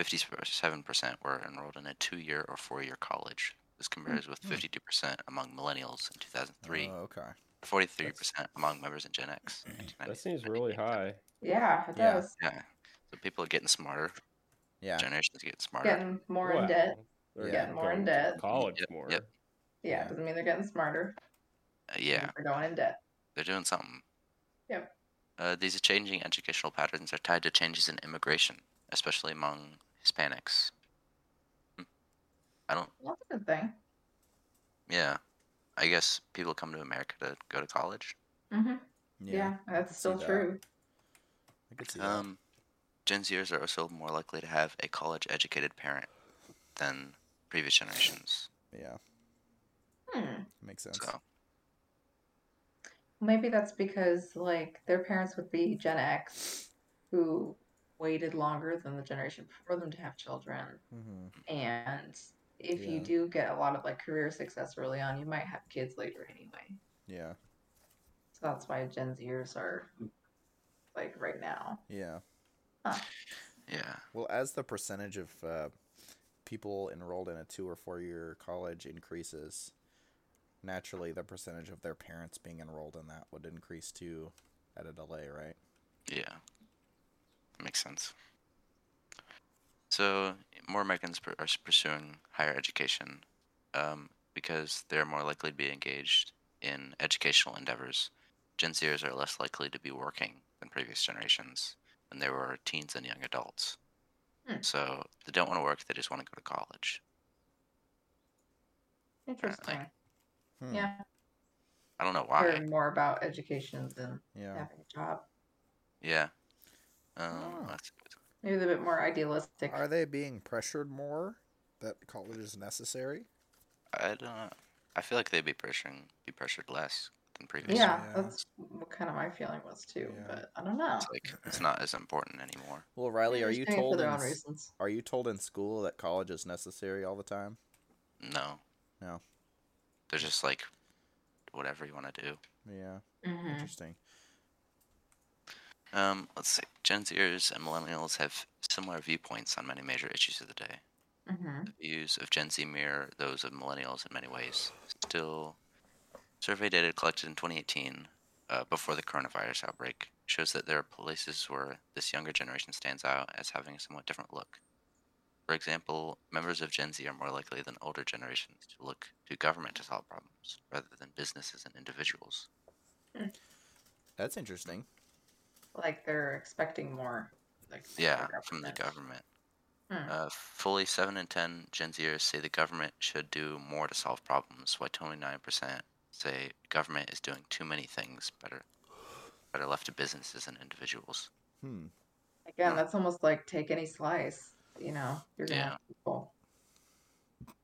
S3: 57% were enrolled in a two year or four year college. This compares with
S1: Hmm.
S3: 52% among millennials in 2003,
S1: Oh, okay.
S3: 43% among members in Gen X. in
S2: That
S3: 1990.
S2: seems really high.
S4: Yeah, it
S1: Yeah.
S4: does.
S3: Yeah. So people are getting smarter.
S1: Yeah.
S3: Generations are getting smarter.
S4: Getting more
S2: Wow.
S4: in debt.
S2: They're
S1: Yeah.
S4: More in
S2: going to
S4: debt.
S2: College
S3: Yep,
S2: more.
S3: yep.
S4: Yeah,
S1: Yeah.
S4: doesn't mean they're getting smarter.
S3: Uh, yeah.
S4: They're going in debt.
S3: They're doing something.
S4: Yep.
S3: Uh, these changing educational patterns are tied to changes in immigration, especially among Hispanics. Hmm. I don't.
S4: Well, That's a good thing.
S3: Yeah. I guess people come to America to go to college.
S4: hmm
S1: Yeah.
S4: Yeah,
S1: can
S4: that's
S1: see
S4: still
S1: that.
S4: true.
S1: I could see that.
S3: Um, Gen Zers are also more likely to have a college-educated parent than previous generations.
S1: Yeah.
S4: Hmm.
S1: Makes sense.
S3: So
S4: Maybe that's because like their parents would be Gen X, who waited longer than the generation before them to have children.
S1: hmm
S4: And if you
S1: Yeah.
S4: do get a lot of like career success early on, you might have kids later anyway.
S1: Yeah.
S4: So that's why Gen Zers are
S1: Hmm.
S4: like right now.
S1: Yeah.
S3: yeah.
S1: Well, as the percentage of uh, people enrolled in a two or four year college increases, naturally the percentage of their parents being enrolled in that would increase too at a delay, right?
S3: Yeah. Makes sense. So, more Americans pur- are s- pursuing higher education um, because they're more likely to be engaged in educational endeavors. Gen Zers are less likely to be working than previous generations when they were teens and young adults.
S4: Hmm.
S3: So, they don't want to work, they just want to go to college.
S4: Interesting.
S1: Hmm.
S4: Yeah.
S3: I don't know why.
S4: Hearing Uh, more about education than
S1: Yeah.
S4: having a job.
S3: Yeah. Um,
S1: Oh.
S3: that's good.
S4: Maybe they're a bit more idealistic.
S1: Are they being pressured more that college is necessary?
S3: I don't know. I feel like they'd be pressuring, be pressured less than previous.
S4: yeah,
S1: Yeah.
S4: that's what kind of my feeling was too.
S1: Yeah.
S4: But I don't know.
S3: It's like it's not as important anymore.
S1: Well, Riley, are
S4: They're
S1: you
S4: just doing it for
S1: told in,
S4: their own
S1: s-
S4: reasons?
S1: are you told in school that college is necessary all the time?
S3: No.
S1: No.
S3: They're just like whatever you want to do.
S1: Yeah,
S4: hmm
S1: interesting.
S3: Um, let's see. Gen Zers and millennials have similar viewpoints on many major issues of the day.
S4: hmm
S3: The views of Gen Z mirror those of millennials in many ways. Still, survey data collected in 2018, uh, before the coronavirus outbreak, shows that there are places where this younger generation stands out as having a somewhat different look. For example, members of Gen Z are more likely than older generations to look to government to solve problems rather than businesses and individuals.
S1: That's interesting.
S4: Like they're expecting more. Like,
S3: Yeah, from the government.
S4: Hmm.
S3: Uh, fully 7 in 10 Gen Zers say the government should do more to solve problems, while 29% say government is doing too many things better, better left to businesses and individuals.
S1: Hmm.
S4: Again, that's almost like take any slice. You know, you're gonna
S3: Yeah.
S4: have people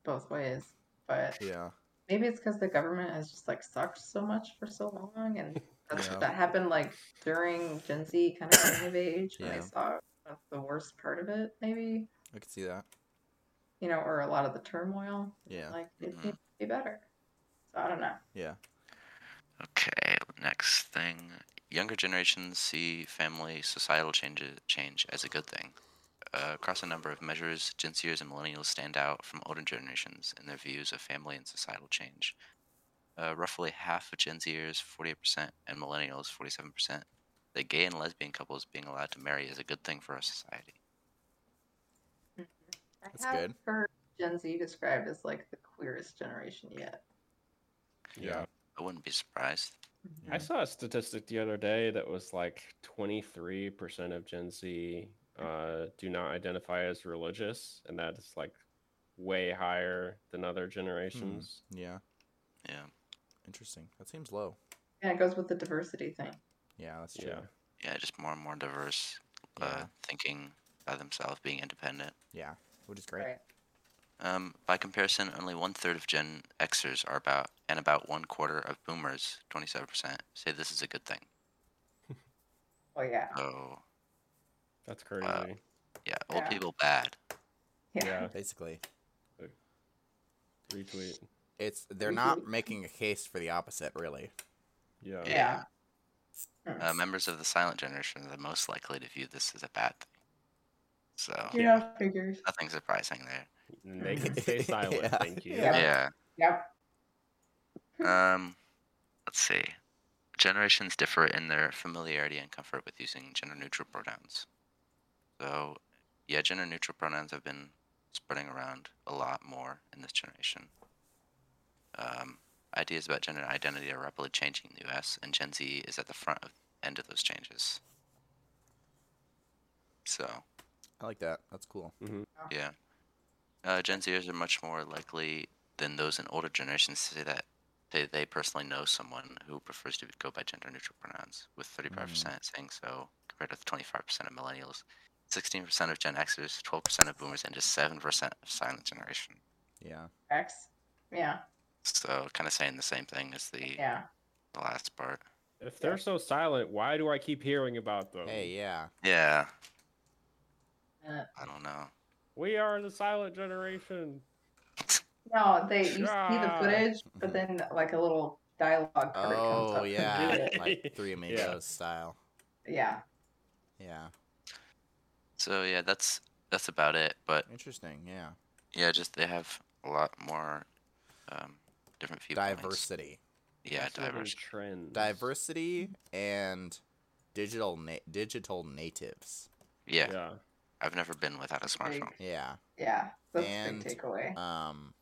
S4: both ways. But
S1: Yeah.
S4: maybe it's because the government has just like sucked so much for so long, and that's,
S1: Yeah.
S4: that happened like during Gen Z kind of coming of age when
S1: Yeah.
S4: they saw that's the worst part of it. Maybe
S1: I could see that.
S4: you know, or a lot of the turmoil.
S1: Yeah.
S4: Like it
S3: Mhm.
S4: needs to be better. So I don't know.
S1: Yeah.
S3: Okay, next thing. Younger generations see family societal change, change as a good thing. Uh, across a number of measures, Gen Zers and millennials stand out from older generations in their views of family and societal change. Uh, roughly half of Gen Zers, 48%, and millennials, 47%, the gay and lesbian couples being allowed to marry is a good thing for our society.
S4: I
S1: That's
S4: have
S1: good.
S4: heard Gen Z described as like the queerest generation yet.
S1: Yeah.
S3: I wouldn't be surprised.
S2: I saw a statistic the other day that was like 23% of Gen Z uh, do not identify as religious, and that is like way higher than other generations.
S1: Yeah.
S3: Yeah.
S1: Interesting. That seems low.
S4: Yeah, it goes with the diversity thing.
S1: Yeah, that's true.
S2: Yeah.
S3: Yeah, just more and more diverse uh,
S1: Yeah.
S3: thinking by themselves, being independent.
S1: Yeah, which is great.
S4: Right.
S3: Um, by comparison, only one third of Gen Xers are about, and about one quarter of Boomers, 27%, say this is a good thing.
S4: Oh yeah.
S3: So,
S2: That's crazy.
S3: yeah, old
S4: Yeah.
S3: people bad.
S4: Yeah.
S2: yeah.
S1: Basically,
S2: Retweet.
S1: it's they're
S4: Mhm.
S1: not making a case for the opposite, really.
S2: Yeah.
S4: Yeah.
S3: Uh, members of the silent generation are the most likely to view this as a bad thing. So,
S4: You
S2: Yeah.
S4: know, figures.
S3: nothing surprising there.
S2: And they can stay silent.
S1: Yeah.
S2: Thank you.
S4: Yeah.
S3: yeah.
S4: Yep.
S3: Um, let's see. Generations differ in their familiarity and comfort with using gender neutral pronouns. So, yeah, gender neutral pronouns have been spreading around a lot more in this generation. Um, ideas about gender identity are rapidly changing in the US, and Gen Z is at the front of end of those changes. So,
S1: I like that. That's cool.
S3: yeah. Uh, Gen Zers are much more likely than those in older generations to say that they, they personally know someone who prefers to go by gender neutral pronouns, with 35% saying so, compared with 25% of millennials, 16% of Gen Xers, 12% of boomers, and just 7% of silent generation.
S1: Yeah.
S4: X. Yeah.
S3: So, kind of saying the same thing as the,
S4: Yeah.
S3: the last part.
S2: If they're so silent, why do I keep hearing about them?
S1: Hey, yeah.
S3: Yeah,
S4: Uh,
S3: I don't know.
S2: We are the silent generation.
S4: no, they you see the
S2: Yeah.
S4: footage,
S1: Mhm.
S4: but then like a little dialogue card comes
S1: Oh
S4: up.
S1: yeah,
S2: Yeah.
S1: like Three Amigos style.
S4: Yeah.
S1: Yeah.
S3: So, yeah, that's that's about it. But,
S1: Interesting. Yeah.
S3: yeah, just they have a lot more um, different viewpoints.
S1: Diversity.
S3: Yeah,
S2: Certain
S3: diverse.
S2: Trends.
S1: Diversity and digital na- digital natives.
S3: Yeah,
S2: Yeah.
S3: I've never been without a
S4: Big.
S3: smartphone.
S1: Yeah.
S4: Yeah. That's
S1: And-
S4: a big takeaway.
S1: Um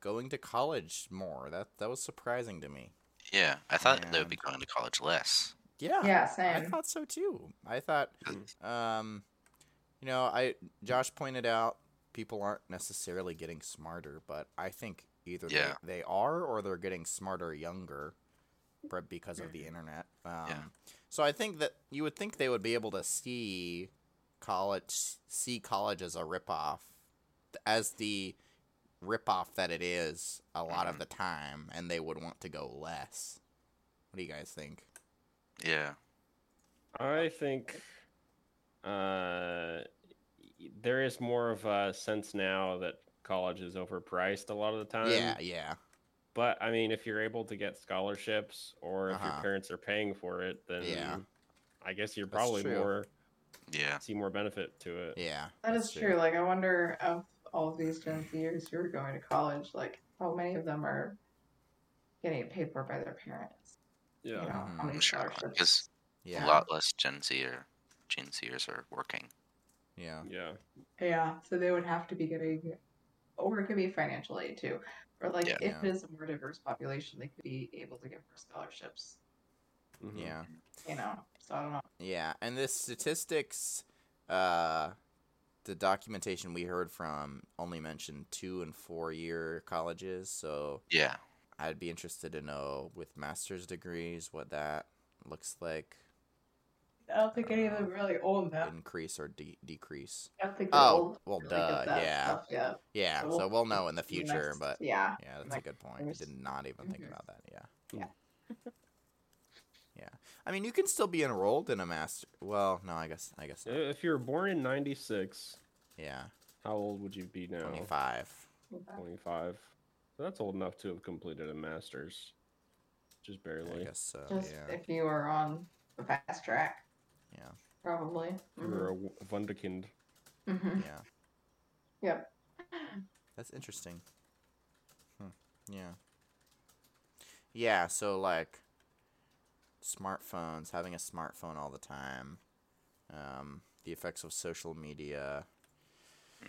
S1: going to college more. That that was surprising to me.
S3: Yeah, I thought they would be
S1: And-
S3: going to college less.
S1: Yeah.
S4: yeah,
S1: uh, I
S4: same.
S1: thought so too. I thought
S2: Mm.
S1: um you know, I Josh pointed out people aren't necessarily getting smarter, but I think either they-
S3: Yeah.
S1: they, are or they're getting smarter younger br- because of the internet. Um so I think that you would think they would be able to see college see college as a ripoff as the ripoff that it is a lot of
S3: Mhm.
S1: the time and they would want to go less. What do you guys think?
S3: Yeah,
S2: I think uh, y- there is more of a sense now that college is overpriced a lot of the time.
S1: yeah, yeah.
S2: But I mean, if you're able to get scholarships or if
S1: Uh-huh.
S2: your parents are paying for it, then
S1: Yeah.
S2: I guess you're
S1: That's
S2: probably
S1: true.
S2: more
S3: yeah,
S2: see more benefit to it.
S1: Yeah.
S4: That
S1: that's
S4: is true. Like, I wonder of all of these Gen Zers who are going to college, like, how many of them are getting it paid for by their parents?
S2: Yeah.
S4: You know,
S1: Mhm.
S4: how many
S3: I'm sure.
S4: scholarships?
S3: Because
S1: Yeah.
S3: a lot less Gen Z or Gen Zers are working.
S1: Yeah.
S2: Yeah.
S4: Yeah, so they would have to be getting, or it could be financial aid too. Or, like,
S3: Yeah.
S4: if
S1: Yeah.
S4: it is a more diverse population, they could be able to get more scholarships,
S2: Mhm.
S1: Yeah.
S4: you know? So, I don't know.
S1: Yeah, and the statistics, uh, the documentation we heard from only mentioned two and four year colleges. So
S3: Yeah,
S1: I'd be interested to know with master's degrees what that looks like,
S4: I don't think any of them really own that.
S1: increase or de- decrease.
S4: I don't think they're
S1: Oh,
S4: old
S1: well,
S4: to really
S1: duh,
S4: get that
S1: yeah,
S4: stuff yet.
S1: yeah.
S4: So
S1: So
S4: we'll-
S1: we'll know in the future,
S4: Next-
S1: but
S4: Yeah.
S1: yeah, that's a
S4: like,
S1: good point. I
S4: there's-
S1: did not even think
S4: Mhm.
S1: about that. Yeah.
S2: Yeah.
S1: Yeah. I mean, you can still be enrolled in a master. Well, no, I guess, I guess,
S2: I-
S1: not.
S2: If you were born in 96,
S1: yeah,
S2: how old would you be now?
S1: twenty five.
S4: Okay.
S2: 25. So that's old enough to have completed a master's. Just barely.
S1: I guess so.
S4: Just
S1: yeah.
S4: if you were on the fast track.
S1: Yeah.
S4: Probably. Mm-hmm.
S2: You were a w- Wunderkind.
S4: Mhm. Mhm.
S1: Yeah.
S4: Yep.
S1: That's interesting. Hmm. Yeah. Yeah, so like smartphones, having a smartphone all the time, um, the effects of social media.
S3: Mm.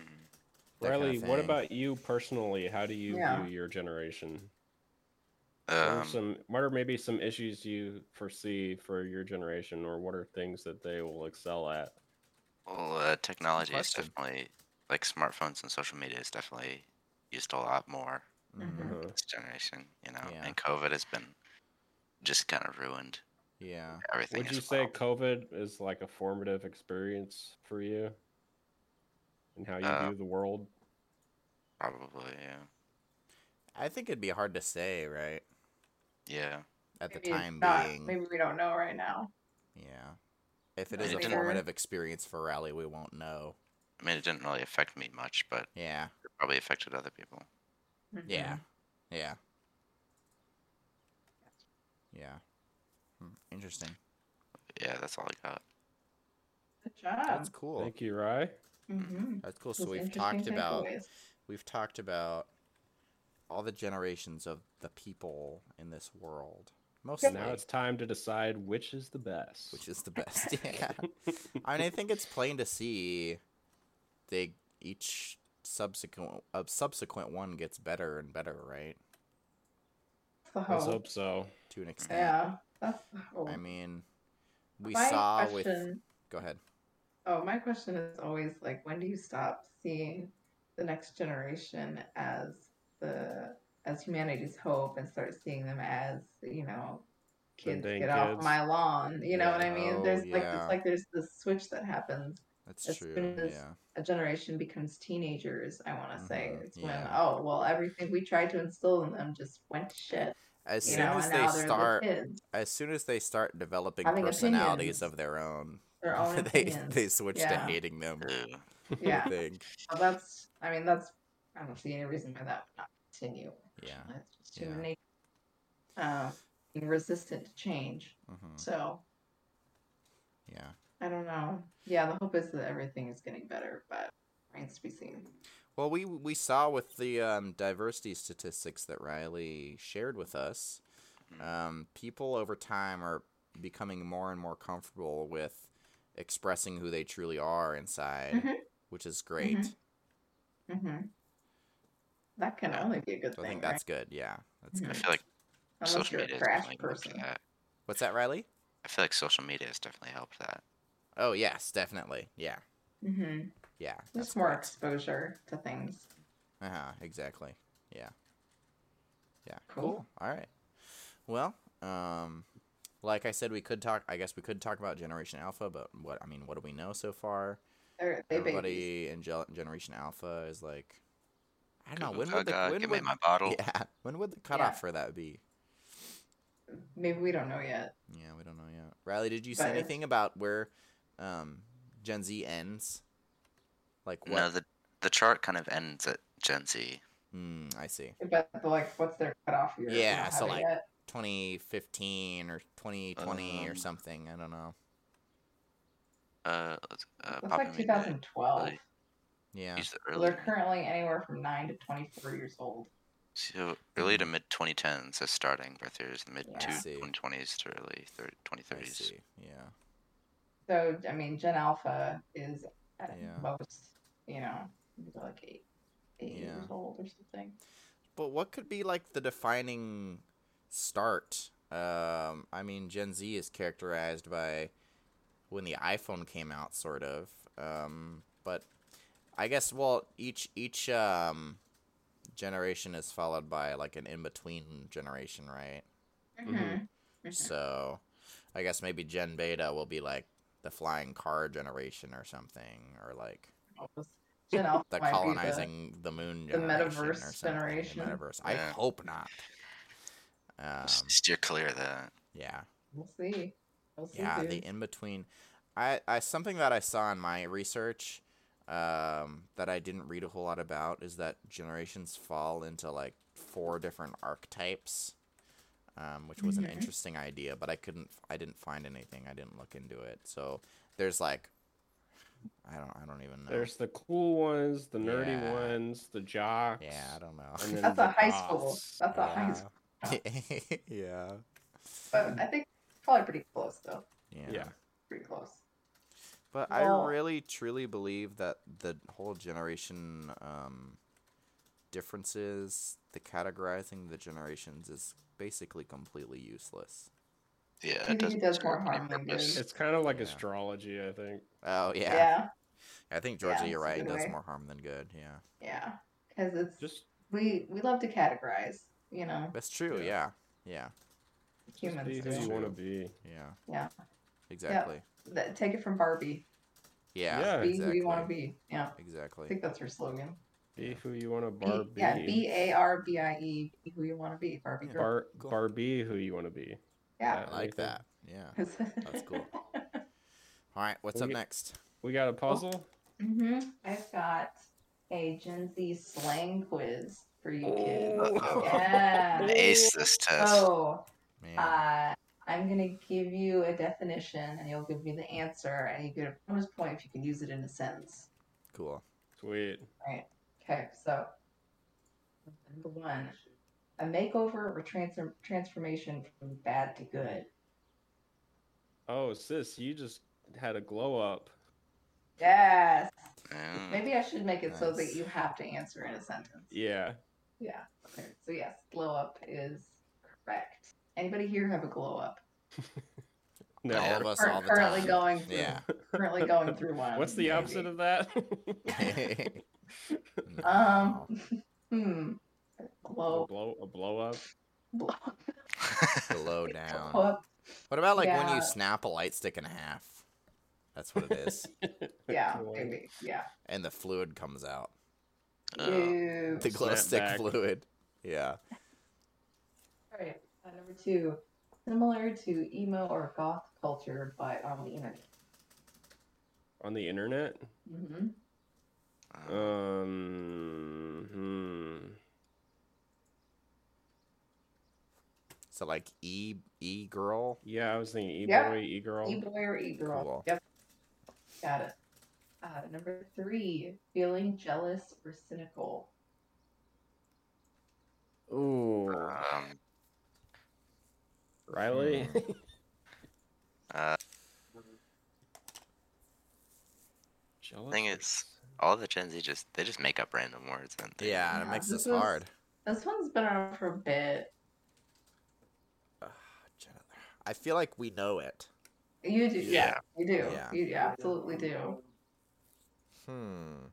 S1: that kinda
S2: Riley, what
S1: thing.
S2: about you personally? How do you
S4: Yeah.
S2: view your generation? What are
S3: Um,
S2: some, what are maybe some issues you foresee for your generation, or what are things that they will excel at?
S3: Well, uh, technology is
S1: question.
S3: definitely like smartphones and social media is definitely used a lot more Hmm.
S1: Mhm.
S2: Uh-huh.
S3: this generation, you know.
S1: Yeah.
S3: And COVID has been just kind of ruined
S1: Yeah.
S3: everything.
S2: Would you
S3: as
S2: say
S3: well.
S2: COVID is like a formative experience for you and how you
S3: Uh,
S2: view the world?
S3: Probably, yeah.
S1: I think it'd be hard to say, right?
S3: Yeah.
S1: At the
S4: Maybe it's
S1: time
S4: not.
S1: being.
S4: Maybe we don't know right now.
S1: Yeah. If it
S4: Not
S1: is a
S3: later.
S1: formative experience for Rally, we won't know.
S3: I mean, it didn't really affect me much, but
S1: Yeah.
S3: it probably affected other people.
S4: Mhm.
S1: Yeah.
S2: Mm-hmm.
S1: Yeah. Yeah. Hmm, Interesting.
S3: Yeah, that's all I got.
S4: Good job.
S1: That's cool.
S2: Thank you, Rye.
S4: Mm-hmm.
S1: That's cool. So we've talked about we've talked about all the generations of the people in this world, mostly,
S2: Now it's time to decide which is the best.
S1: which is the best. Yeah. I mean, I think it's plain to see they each subsequent a subsequent one gets better and better, right?
S4: the
S2: Let's
S4: hope.
S2: hope so.
S1: To an extent.
S4: Yeah. That's the hope.
S1: I mean, we
S4: My
S1: saw
S4: question,
S1: with. Go ahead.
S4: Oh, my question is always like, when do you stop seeing the next generation as the as humanity's hope and start seeing them as you know kids
S2: dang
S4: get off
S2: kids.
S4: my lawn? You know what I
S1: Yeah.
S4: mean?
S1: Oh,
S4: There's like
S1: yeah.
S4: it's like there's this switch that happens.
S1: That's
S4: as
S1: true.
S4: soon as-
S1: Yeah.
S4: A generation becomes teenagers. I want to say
S1: Mhm,
S4: it's when
S1: yeah.
S4: oh well everything we tried to instill in them just went to shit.
S1: As
S4: you
S1: soon
S4: know,
S1: as
S4: and now
S1: they
S4: they're
S1: start,
S4: the kids,
S1: as soon as they start developing
S4: Having
S1: personalities
S4: opinions.
S1: of their own,
S4: their own
S1: they
S4: opinions.
S1: they switch to
S4: Yeah.
S1: hating them.
S3: Ew.
S4: yeah.
S1: I think.
S4: Well, that's, I mean, that's, I don't see any reason why that would not continue.
S1: Yeah.
S4: That's just human
S1: Yeah.
S4: nature. Uh, being resistant to change.
S1: hmm
S4: So
S1: Yeah.
S4: I don't know. Yeah, the hope is that everything is getting better, but remains to be seen.
S1: Well, we we saw with the um, diversity statistics that Riley shared with us,
S3: Mhm.
S1: um, people over time are becoming more and more comfortable with expressing who they truly are inside,
S4: Mhm.
S1: which is great.
S4: hmm That can only be a good
S1: So I
S4: thing,
S1: think
S4: right?
S1: that's good. Yeah, that's
S4: Mhm.
S3: I
S1: good.
S3: feel like
S4: Unless
S3: social
S4: you're a
S3: media has
S4: crash
S3: definitely helped
S4: person.
S3: that.
S1: What's that, Riley?
S3: I feel like social media has definitely helped that.
S1: Oh yes, definitely. Yeah,
S4: hmm
S1: yeah.
S4: Just more
S1: correct.
S4: exposure to things.
S1: Uh huh. Exactly. Yeah. Yeah. Cool.
S4: Cool.
S1: All right. Well, um, like I said, we could talk. I guess we could talk about Generation Alpha, but what I mean, what do we know so far?
S4: They're, they babies.
S1: Everybody in Gen- Generation Alpha is like, I don't know.
S3: Goo
S1: When
S3: goo
S1: would the
S3: gaga,
S1: when
S3: give
S1: would
S3: me my bottle.
S1: yeah when would the cutoff
S4: Yeah.
S1: for that be?
S4: Maybe we don't know yet.
S1: Yeah, we don't know yet. Riley, did you see
S4: But it's-
S1: anything about where um, Gen Z ends? Like what?
S3: No, the the chart kind of ends at Gen Z.
S1: Mm, I see.
S4: But like, what's their cutoff year? We
S1: Yeah,
S4: don't
S1: so,
S4: have it
S1: like,
S4: yet.
S1: 2015 or 2020 or
S3: Um,
S1: something. I don't know.
S3: Uh, let's- uh
S4: that's
S3: Papa
S4: like
S3: Mia,
S4: 2012.
S3: really-
S1: Yeah.
S3: He's the
S4: So
S3: early,
S4: they're currently anywhere from 9 to 24 years old.
S3: so early to mid 2010s is starting birth years, mid
S4: Yeah.
S3: to
S1: Hmm. I see.
S3: 2020s to early 30,
S1: I
S3: 2030s.
S1: see. Yeah.
S4: So, I mean, Gen Alpha is at
S1: Yeah.
S4: most, you know, maybe they're like 8, eight
S1: Yeah.
S4: years old or something.
S1: But what could be like the defining start? Um, I mean, Gen Z is characterized by when the iPhone came out, sort of. Um, but I guess well, each each um, generation is followed by like an in between generation, right? Mm-hmm.
S2: Mhm.
S1: So I guess maybe Gen Beta will be like the flying car generation or something, or like
S4: Mhm. Gen Alpha
S1: the
S4: might be
S1: colonizing the, moon
S4: the
S1: generation
S4: metaverse
S1: or something, the
S4: generation.
S1: metaverse. I
S3: Yeah.
S1: hope not. Um,
S3: S- Steer clear of that.
S1: yeah,
S4: We'll see. We'll see.
S1: yeah. The
S4: dude.
S1: in between, I, I something that I saw in my research um, that I didn't read a whole lot about is that generations fall into like four different archetypes, um, which was an
S4: Mhm.
S1: interesting idea, but I couldn't, I didn't find anything. I didn't look into it. So there's like, I don't, I don't even know.
S2: There's the cool ones, the nerdy
S1: Yeah.
S2: ones, the jocks.
S1: yeah, I don't know.
S2: and then
S4: That's
S2: the
S4: a high school.
S2: goths.
S4: That's a high school.
S1: yeah. yeah.
S4: But I think probably pretty close, though.
S1: Yeah.
S2: Yeah.
S4: Pretty close.
S1: But
S4: Well-
S1: I really truly believe that the whole generation um, differences, the categorizing the generations is basically completely useless.
S3: Yeah,
S4: I
S3: it
S4: think
S3: doesn't
S4: it does
S3: serve
S4: more
S3: any
S4: harm than
S3: purpose.
S4: good.
S2: It's kind of like
S1: Yeah.
S2: astrology, I think.
S1: Oh yeah.
S4: yeah,
S1: I think Georgia,
S4: Yeah,
S1: you're
S4: it's a
S1: right. It
S4: good
S1: does
S4: way.
S1: more harm than good. Yeah,
S4: yeah, because it's
S2: Just
S4: we we love to categorize, you know,
S1: that's true. Yeah,
S2: Yeah.
S1: yeah,
S2: just
S4: humans.
S2: be who
S4: do.
S2: you
S1: do.
S2: want to be.
S1: yeah.
S4: Yeah.
S1: Exactly.
S4: That- take it from Barbie.
S1: Yeah.
S2: Yeah.
S4: be who you want to
S1: Oh, exactly.
S4: be. Yeah, I
S1: Exactly.
S4: think that's her slogan.
S2: Be who you want to
S4: B,
S2: bar be.
S4: yeah, B A R B I E. Be who you want to be, Barbie
S1: Yeah.
S4: girl.
S2: bar
S1: Cool.
S2: bar be who you want to be.
S4: Yeah.
S1: I like that. Yeah.
S4: That's
S1: cool. All right. What's up
S2: We-
S1: next?
S2: We got a puzzle.
S4: hmm I've got a Gen Z slang quiz for you kids.
S1: Oh.
S3: An
S4: Yeah.
S3: ace this E test.
S4: Oh,
S1: Man.
S4: uh, I'm gonna give you a definition, and you'll give me the answer, and you get a bonus point if you can use it in a sentence.
S1: cool.
S2: Sweet.
S4: Okay, so number one, a makeover or transform transformation from bad to good.
S2: Oh, sis, you just had a glow up.
S4: Yes.
S3: Mm.
S4: Maybe I should make it so that
S1: Nice.
S4: you have to answer in a sentence.
S2: Yeah.
S4: Yeah. Okay. So yes, glow up is correct. Anybody here have a glow up?
S2: No.
S3: Yeah.
S1: All of us,
S4: Cur-
S1: all the
S4: currently
S1: time.
S4: going through,
S1: Yeah.
S4: currently going through one.
S2: What's the
S4: maybe.
S2: opposite of that?
S1: No.
S4: Um, hmm.
S2: a
S4: Glow,
S2: blow a blow up.
S4: blow,
S1: Below
S4: glow
S1: down.
S4: up.
S1: What about like when
S4: Oh, Yeah.
S1: you snap a light stick in half? That's what it is,
S4: Yeah,
S2: Glow up.
S4: maybe. Yeah.
S1: and the fluid comes out.
S3: Oh,
S4: Ew.
S1: Uh, The glow
S2: Snap
S1: stick
S2: back.
S1: fluid. Yeah.
S4: All right. Uh, number two, similar to emo or goth culture, but on the internet.
S2: on the internet.
S4: hmm
S3: um,
S2: Um. hmm.
S1: So like e e girl.
S2: Yeah, I was thinking e boy,
S4: Yeah.
S2: e girl.
S4: E boy or e girl.
S1: Cool.
S4: Yep. Got it. Uh, number three, feeling jealous or cynical.
S2: Ooh,
S1: Oh.
S3: um,
S2: Riley. Hmm.
S3: uh,
S2: Jealous
S3: Thing
S2: or
S3: is-
S2: s-
S3: all the Gen Z just they just make up random words, don't they?
S1: Yeah, and it
S4: Yeah,
S1: makes
S4: this
S1: this
S4: was-
S1: hard.
S4: This one's been around for a bit.
S1: Ugh, Jenna- I feel like we know it.
S4: You do.
S3: Yeah.
S4: You do.
S1: Yeah.
S4: You absolutely do.
S1: Hmm.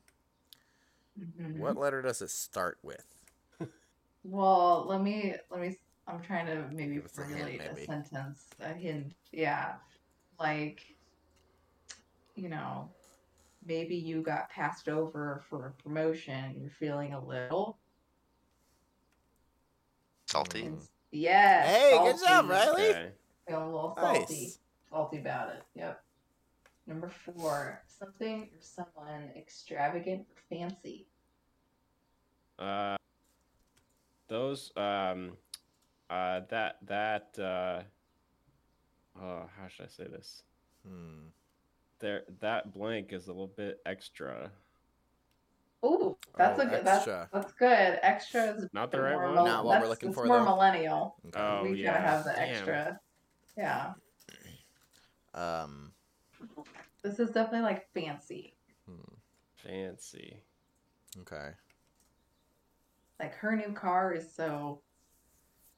S4: Mhm.
S1: What letter does it start with?
S4: Well, let me let me. I'm trying to maybe
S1: Give us a hint,
S4: formulate a,
S1: maybe.
S4: sentence, a hint. Yeah, like you know, maybe you got passed over for a promotion. You're feeling a little.
S3: Salty.
S1: Mm.
S4: And, yes.
S1: Hey, good job,
S4: salty.
S1: Riley.
S2: Okay.
S4: Feeling a little salty.
S1: Nice.
S4: Salty about it. Yep. Number four, something or someone extravagant or fancy.
S2: Uh, those. Um, uh, that that. Uh, oh, how should I say this?
S1: Hmm.
S2: There, that blank is a little bit extra.
S4: Ooh, that's
S1: Oh,
S4: a good.
S1: extra.
S4: That's, that's good. Extra is
S2: Not the
S4: more
S2: right one?
S4: mil-
S1: Not what we're
S4: that's-
S1: looking
S4: it's
S1: for,
S4: More
S1: though.
S4: millennial.
S1: Okay.
S2: Oh
S4: we
S2: yeah.
S4: gotta have the
S2: Damn.
S4: extra. Yeah,
S1: Um.
S4: this is definitely like fancy.
S1: hmm,
S2: Fancy.
S1: Okay.
S4: Like her new car is so,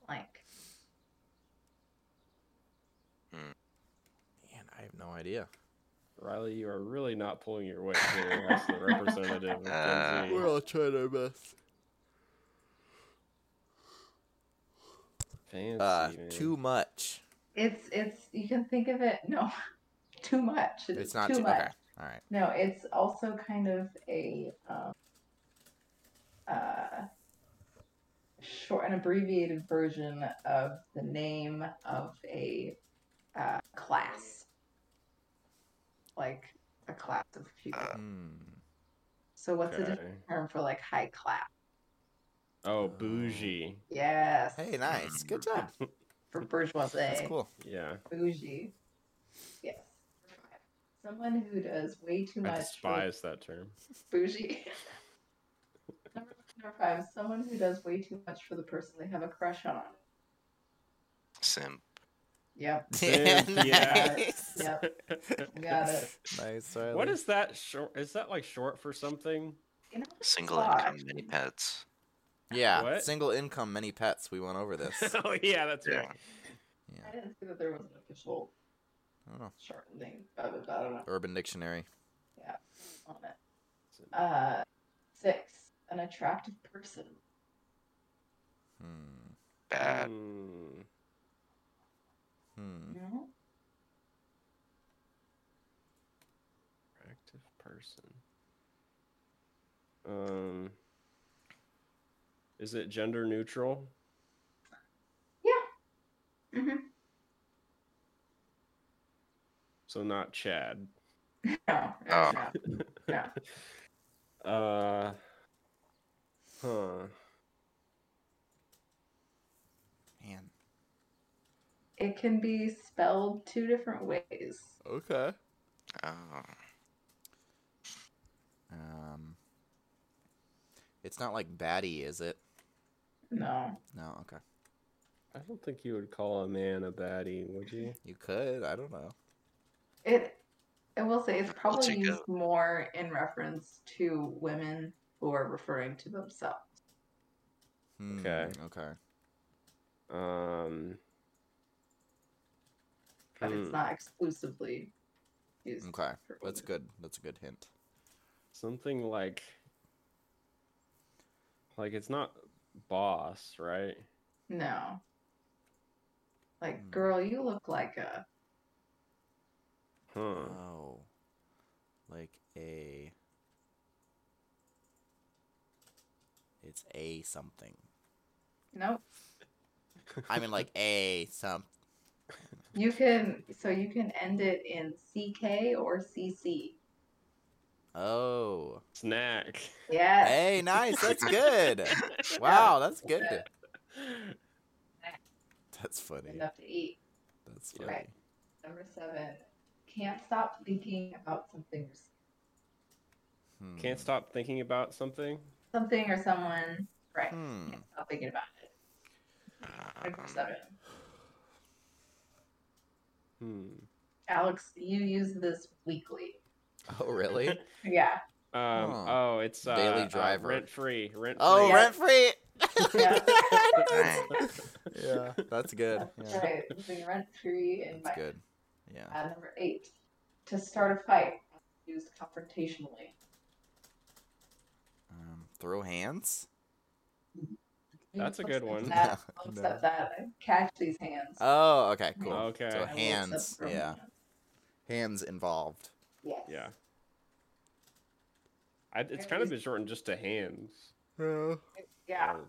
S4: like,
S1: Man, I have no idea.
S2: Riley, you are really not pulling your weight here as the representative of Gen
S3: Uh,
S2: Z.
S1: We're all trying our best.
S2: Fancy.
S1: Uh,
S2: man.
S1: too much.
S4: it's it's. You can think of it. No, too much.
S1: It's not
S4: too,
S1: too.
S4: much.
S1: Okay. All right.
S4: No, it's also kind of a um, uh, short, an abbreviated version of the name of a uh, class, like a class of people.
S3: Uh,
S1: Hmm.
S4: so, what's the
S2: Okay.
S4: different term for like high class?
S2: Oh, bougie.
S4: Yes.
S1: Hey, nice. Good job.
S4: For bourgeoisie.
S1: That's cool.
S2: Yeah.
S4: Bougie. Yes. Someone who does way too
S2: I
S4: much. for-
S2: despise that term.
S4: bougie. number, number five, someone who does way too much for the person they have a crush on.
S3: Simp.
S4: Yep.
S2: Simp, yeah.
S1: nice.
S4: Yep. Got it.
S1: Nice.
S2: What is that short? Is that like short for something?
S4: You know,
S3: Single
S4: Fuck.
S3: income, many pets.
S1: Yeah.
S2: What?
S1: Single income, many pets. We went over this.
S2: oh yeah, that's
S3: Yeah.
S2: right.
S1: Yeah.
S4: I didn't see that there was an official
S1: I don't know.
S4: shortening of it, but I don't know
S1: Urban Dictionary.
S4: on it. Uh, six, an attractive person.
S1: Hmm.
S3: Bad.
S2: Hmm.
S1: Hmm.
S4: No?
S2: Active person. Um, is it gender neutral? Mm-hmm.
S4: Mhm.
S2: So not Chad.
S4: No, no,
S3: Oh.
S4: no. Yeah.
S2: Uh, huh.
S1: Man.
S4: It can be spelled two different ways.
S1: Okay.
S3: Oh.
S1: Um. It's not like baddie, is it?
S4: No.
S1: No. Okay.
S2: I don't think you would call a man a baddie, would you?
S1: You could. I don't know.
S4: It I will say it's
S3: Well,
S4: probably
S3: to go.
S4: used more in reference to women who are referring to themselves.
S1: Hmm,
S2: Okay.
S1: Okay.
S2: Um,
S4: But
S2: hmm.
S4: it's not exclusively used.
S1: Okay.
S4: for
S1: That's
S4: women.
S1: good. That's a good hint.
S2: something like like it's not boss, right?
S4: No. Like,
S1: Hmm.
S4: girl, you look like a
S2: Huh.
S1: Oh. Like a. It's a something.
S4: nope.
S1: I mean, like a some.
S4: You can so you can end it in CK or CC.
S1: Oh.
S2: Snack.
S4: Yes.
S1: Hey, nice. That's good. Wow, that's good. That's funny.
S4: Enough to eat.
S1: That's
S2: Yeah.
S1: funny.
S4: Number seven. Can't stop thinking about something or
S1: Hmm.
S2: Can't stop thinking about something.
S4: something or someone. Right.
S1: Hmm.
S4: Can't stop thinking about it. Number
S3: Um,
S4: seven.
S2: Hmm.
S4: Alex, you use this weekly.
S1: Oh, really?
S4: Yeah.
S2: Um,
S1: Huh.
S2: Oh, it's uh,
S1: Daily
S2: uh,
S1: driver.
S2: rent free. Rent.
S1: Oh,
S4: Yeah.
S1: rent free.
S3: Dang.
S1: yeah, that's good.
S4: That's
S1: Yeah,
S4: right. Living rent free and
S1: that's
S4: my-
S1: good. Yeah.
S4: Uh, number eight. To start a fight. Used confrontationally.
S1: Um, throw hands.
S2: That's a good one.
S4: That,
S1: No,
S4: looks
S1: no.
S4: at that. Catch these hands.
S1: Oh, okay, cool.
S2: Okay.
S1: So
S4: I will accept
S1: hands,
S4: from
S1: yeah,
S4: hands.
S1: hands involved.
S4: Yes.
S2: Yeah. I, it's kind of been shortened just to hands.
S4: Yeah,
S1: Oh,
S2: all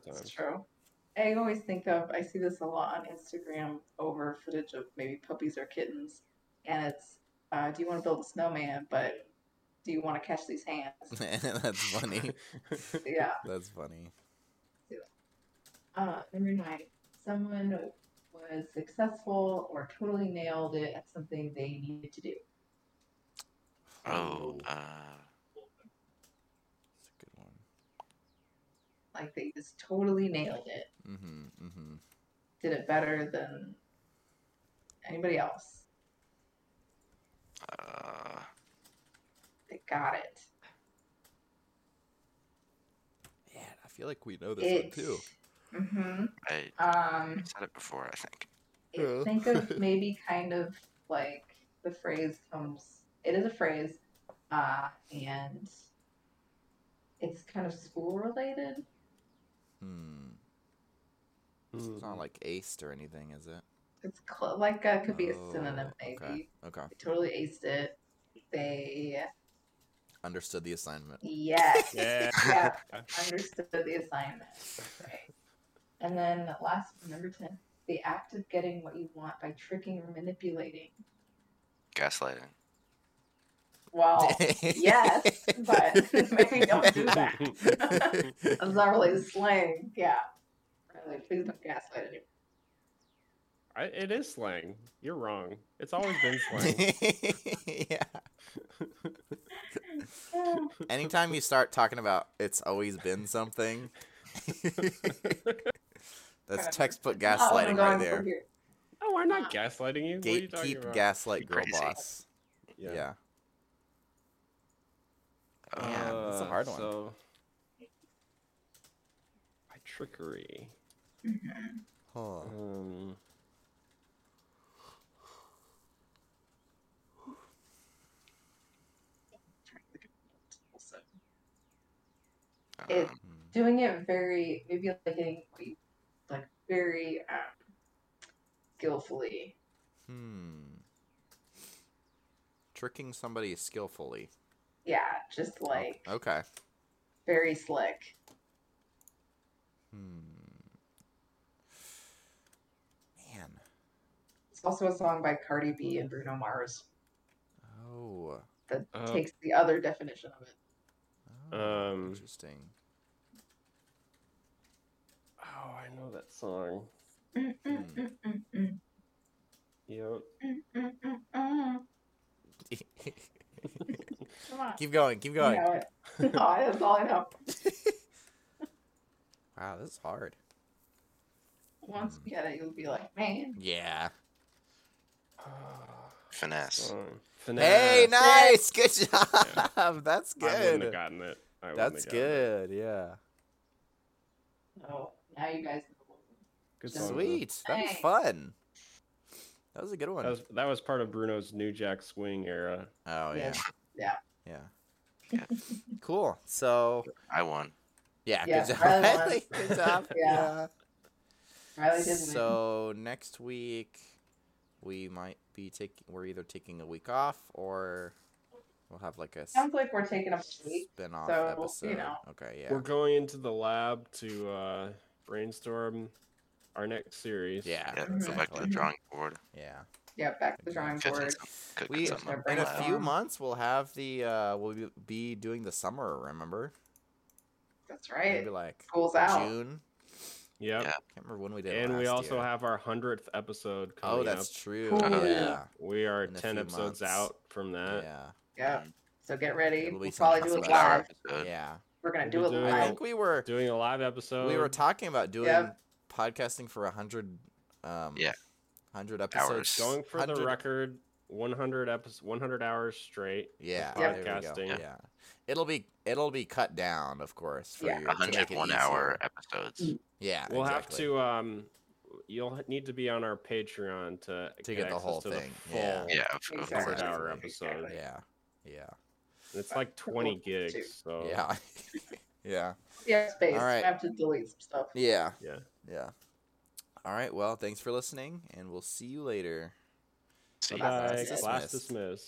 S2: the
S4: that's
S2: time.
S4: true. I always think of I see this a lot on Instagram over footage of maybe puppies or kittens, and it's uh, do you want to build a snowman, but do you want to catch these hands?
S1: that's funny.
S4: yeah.
S1: That's funny.
S4: Uh, number nine. Someone was successful or totally nailed it at something they needed to do.
S3: Oh. Uh,
S1: That's a good one.
S4: Like they just totally nailed it.
S1: Mm-hmm. Mm-hmm.
S4: Did it better than anybody else.
S3: uh,
S4: They got it.
S1: Yeah, I feel like we know this one
S4: It.
S1: too.
S4: hmm
S3: I
S4: Um.
S3: said it before, I think.
S1: Yeah.
S4: it, think of maybe kind of like the phrase comes it is a phrase uh and it's kind of school related
S1: Hmm.
S2: Hmm.
S1: It's not like aced or anything, is it?
S4: it's cl- like uh, could be
S1: Oh,
S4: a synonym
S1: okay.
S4: maybe
S1: Okay.
S4: they totally aced it they
S1: Understood the assignment.
S4: yes
S2: Yeah.
S4: yeah understood the assignment right and then last one, number 10 the act of getting what you want by tricking or manipulating
S3: Gaslighting.
S4: well Oh, yes, but maybe don't do that. I'm not really slang. Yeah. I'm like, please don't gaslight anyone.
S2: I, it is slang. You're wrong. It's always been slang.
S1: yeah. Anytime you start talking about it's always been something, that's textbook
S4: Oh, I'm
S1: gaslighting
S4: going
S1: right
S4: from
S1: there.
S4: here.
S2: oh, I'm not gaslighting you. what are you talking
S1: Gatekeep
S2: about?
S1: gaslight
S3: You
S1: girl
S3: crazy.
S1: boss. Yeah.
S3: Oh,
S1: Yeah,
S3: yeah.
S1: that's a
S2: Uh,
S1: hard one.
S2: So, by trickery.
S4: Mm-hmm.
S2: Mm.
S1: Huh.
S2: Um,
S4: It-
S3: Um,
S1: Hmm.
S4: doing it very maybe like getting like very um, skillfully.
S1: Hmm. Tricking somebody skillfully.
S4: Yeah, just
S1: O-
S4: like
S1: Okay.
S4: very slick.
S1: Hmm. Man.
S4: It's also a song by Cardi B and Bruno Mars
S1: Oh.
S4: that
S2: Oh.
S4: takes the other definition of it.
S1: Oh,
S2: Um,
S1: Interesting.
S2: Oh, I know that song.
S1: hmm.
S2: Yep.
S4: Come on.
S1: keep going. Keep going.
S4: You know it. Oh, that's all I know.
S1: Wow, this is hard. Hmm.
S4: Once you get it, you'll be like, man.
S1: Yeah.
S2: Ah,
S3: finesse.
S2: Song.
S1: Hey,
S2: Finesse.
S1: nice. Good job. That's
S2: I wouldn't have
S1: good.
S2: gotten it. I wouldn't have
S1: That's
S2: gotten it.
S1: good. Yeah.
S4: No, now you guys know.
S2: Good song, though.
S1: Sweet. That was
S4: Thanks.
S1: fun. That was a good one.
S2: That was, that was part of Bruno's New Jack Swing era.
S1: Oh yeah.
S4: Yes. Yeah.
S1: Yeah. cool. So
S3: I won.
S1: yeah,
S4: Yeah,
S1: good job.
S4: Riley won.
S1: Riley. Good job.
S4: Yeah. Riley didn't win.
S1: So next week we might be taking we're either taking a week off or we'll have like a s-
S4: Sounds like we're taking a break.
S1: spin-off
S4: so, you
S1: episode.
S4: know.
S1: Okay, yeah.
S2: We're going into the lab to uh, brainstorm our next series.
S1: yeah,
S3: Yeah,
S4: Mhm.
S3: go back to
S1: exactly.
S3: the drawing board.
S1: Yeah.
S4: Yeah, back to the drawing
S3: Cook
S4: board.
S3: some- cook
S1: We-
S3: some up.
S4: They're
S1: In
S4: Bring
S1: a
S4: it
S1: few
S4: on.
S1: months we'll have the uh we'll be- be doing the summer, remember?
S4: That's
S1: Maybe
S4: right.
S1: like
S4: School's out.
S1: June.
S2: Yep.
S3: Yeah.
S1: Can't remember when we did it
S2: And we
S1: last
S2: also
S1: year.
S2: have our hundredth episode coming
S1: Oh, that's
S2: up.
S1: true.
S4: Cool.
S1: Yeah.
S3: Oh,
S1: Yeah.
S4: yeah.
S2: We are
S1: in a
S2: ten
S1: few
S2: episodes
S1: months.
S2: out from that.
S4: Yeah.
S3: Mm,
S4: So get ready.
S1: It'll be
S4: We'll probably do
S1: something
S4: it
S1: special.
S4: live.
S3: Flower episode.
S4: We're gonna do
S2: We'll
S4: it
S2: be doing
S1: I
S2: Right.
S4: live.
S1: think we were
S2: Doing a live episode.
S1: we were talking about doing
S4: Yep.
S1: podcasting for a hundred um
S3: Yeah.
S1: hundred episodes.
S3: Hours.
S2: going for the
S1: 100
S2: record. One hundred episodes. One hundred hours straight.
S1: Yeah,
S2: Yeah.
S1: there we go.
S2: Podcasting.
S1: Yeah. It'll be it'll be cut down, of course, for
S4: Yeah.
S1: you.
S3: A
S1: to make
S3: hundred
S1: it
S3: one
S1: easier.
S3: hour
S4: Mm.
S3: episodes.
S1: Yeah. exactly.
S2: we'll have to. Um, you'll h- need to be on our Patreon to
S1: get the
S2: access
S1: whole
S2: to
S1: thing,
S2: The full
S1: yeah.
S3: Yeah, of, of
S4: Exactly.
S3: course.
S2: hour
S4: Exactly.
S2: episode.
S1: Yeah. Yeah.
S2: It's like twenty gigs.
S4: Too.
S2: So
S1: Yeah. yeah.
S4: Yeah, space.
S1: All right.
S4: I have to delete some stuff.
S1: Yeah.
S2: Yeah.
S1: Yeah. All right. Well, thanks for listening, and we'll see you later.
S3: See,
S2: Bye-bye.
S1: Class
S2: Class
S1: dismissed.
S2: dismissed.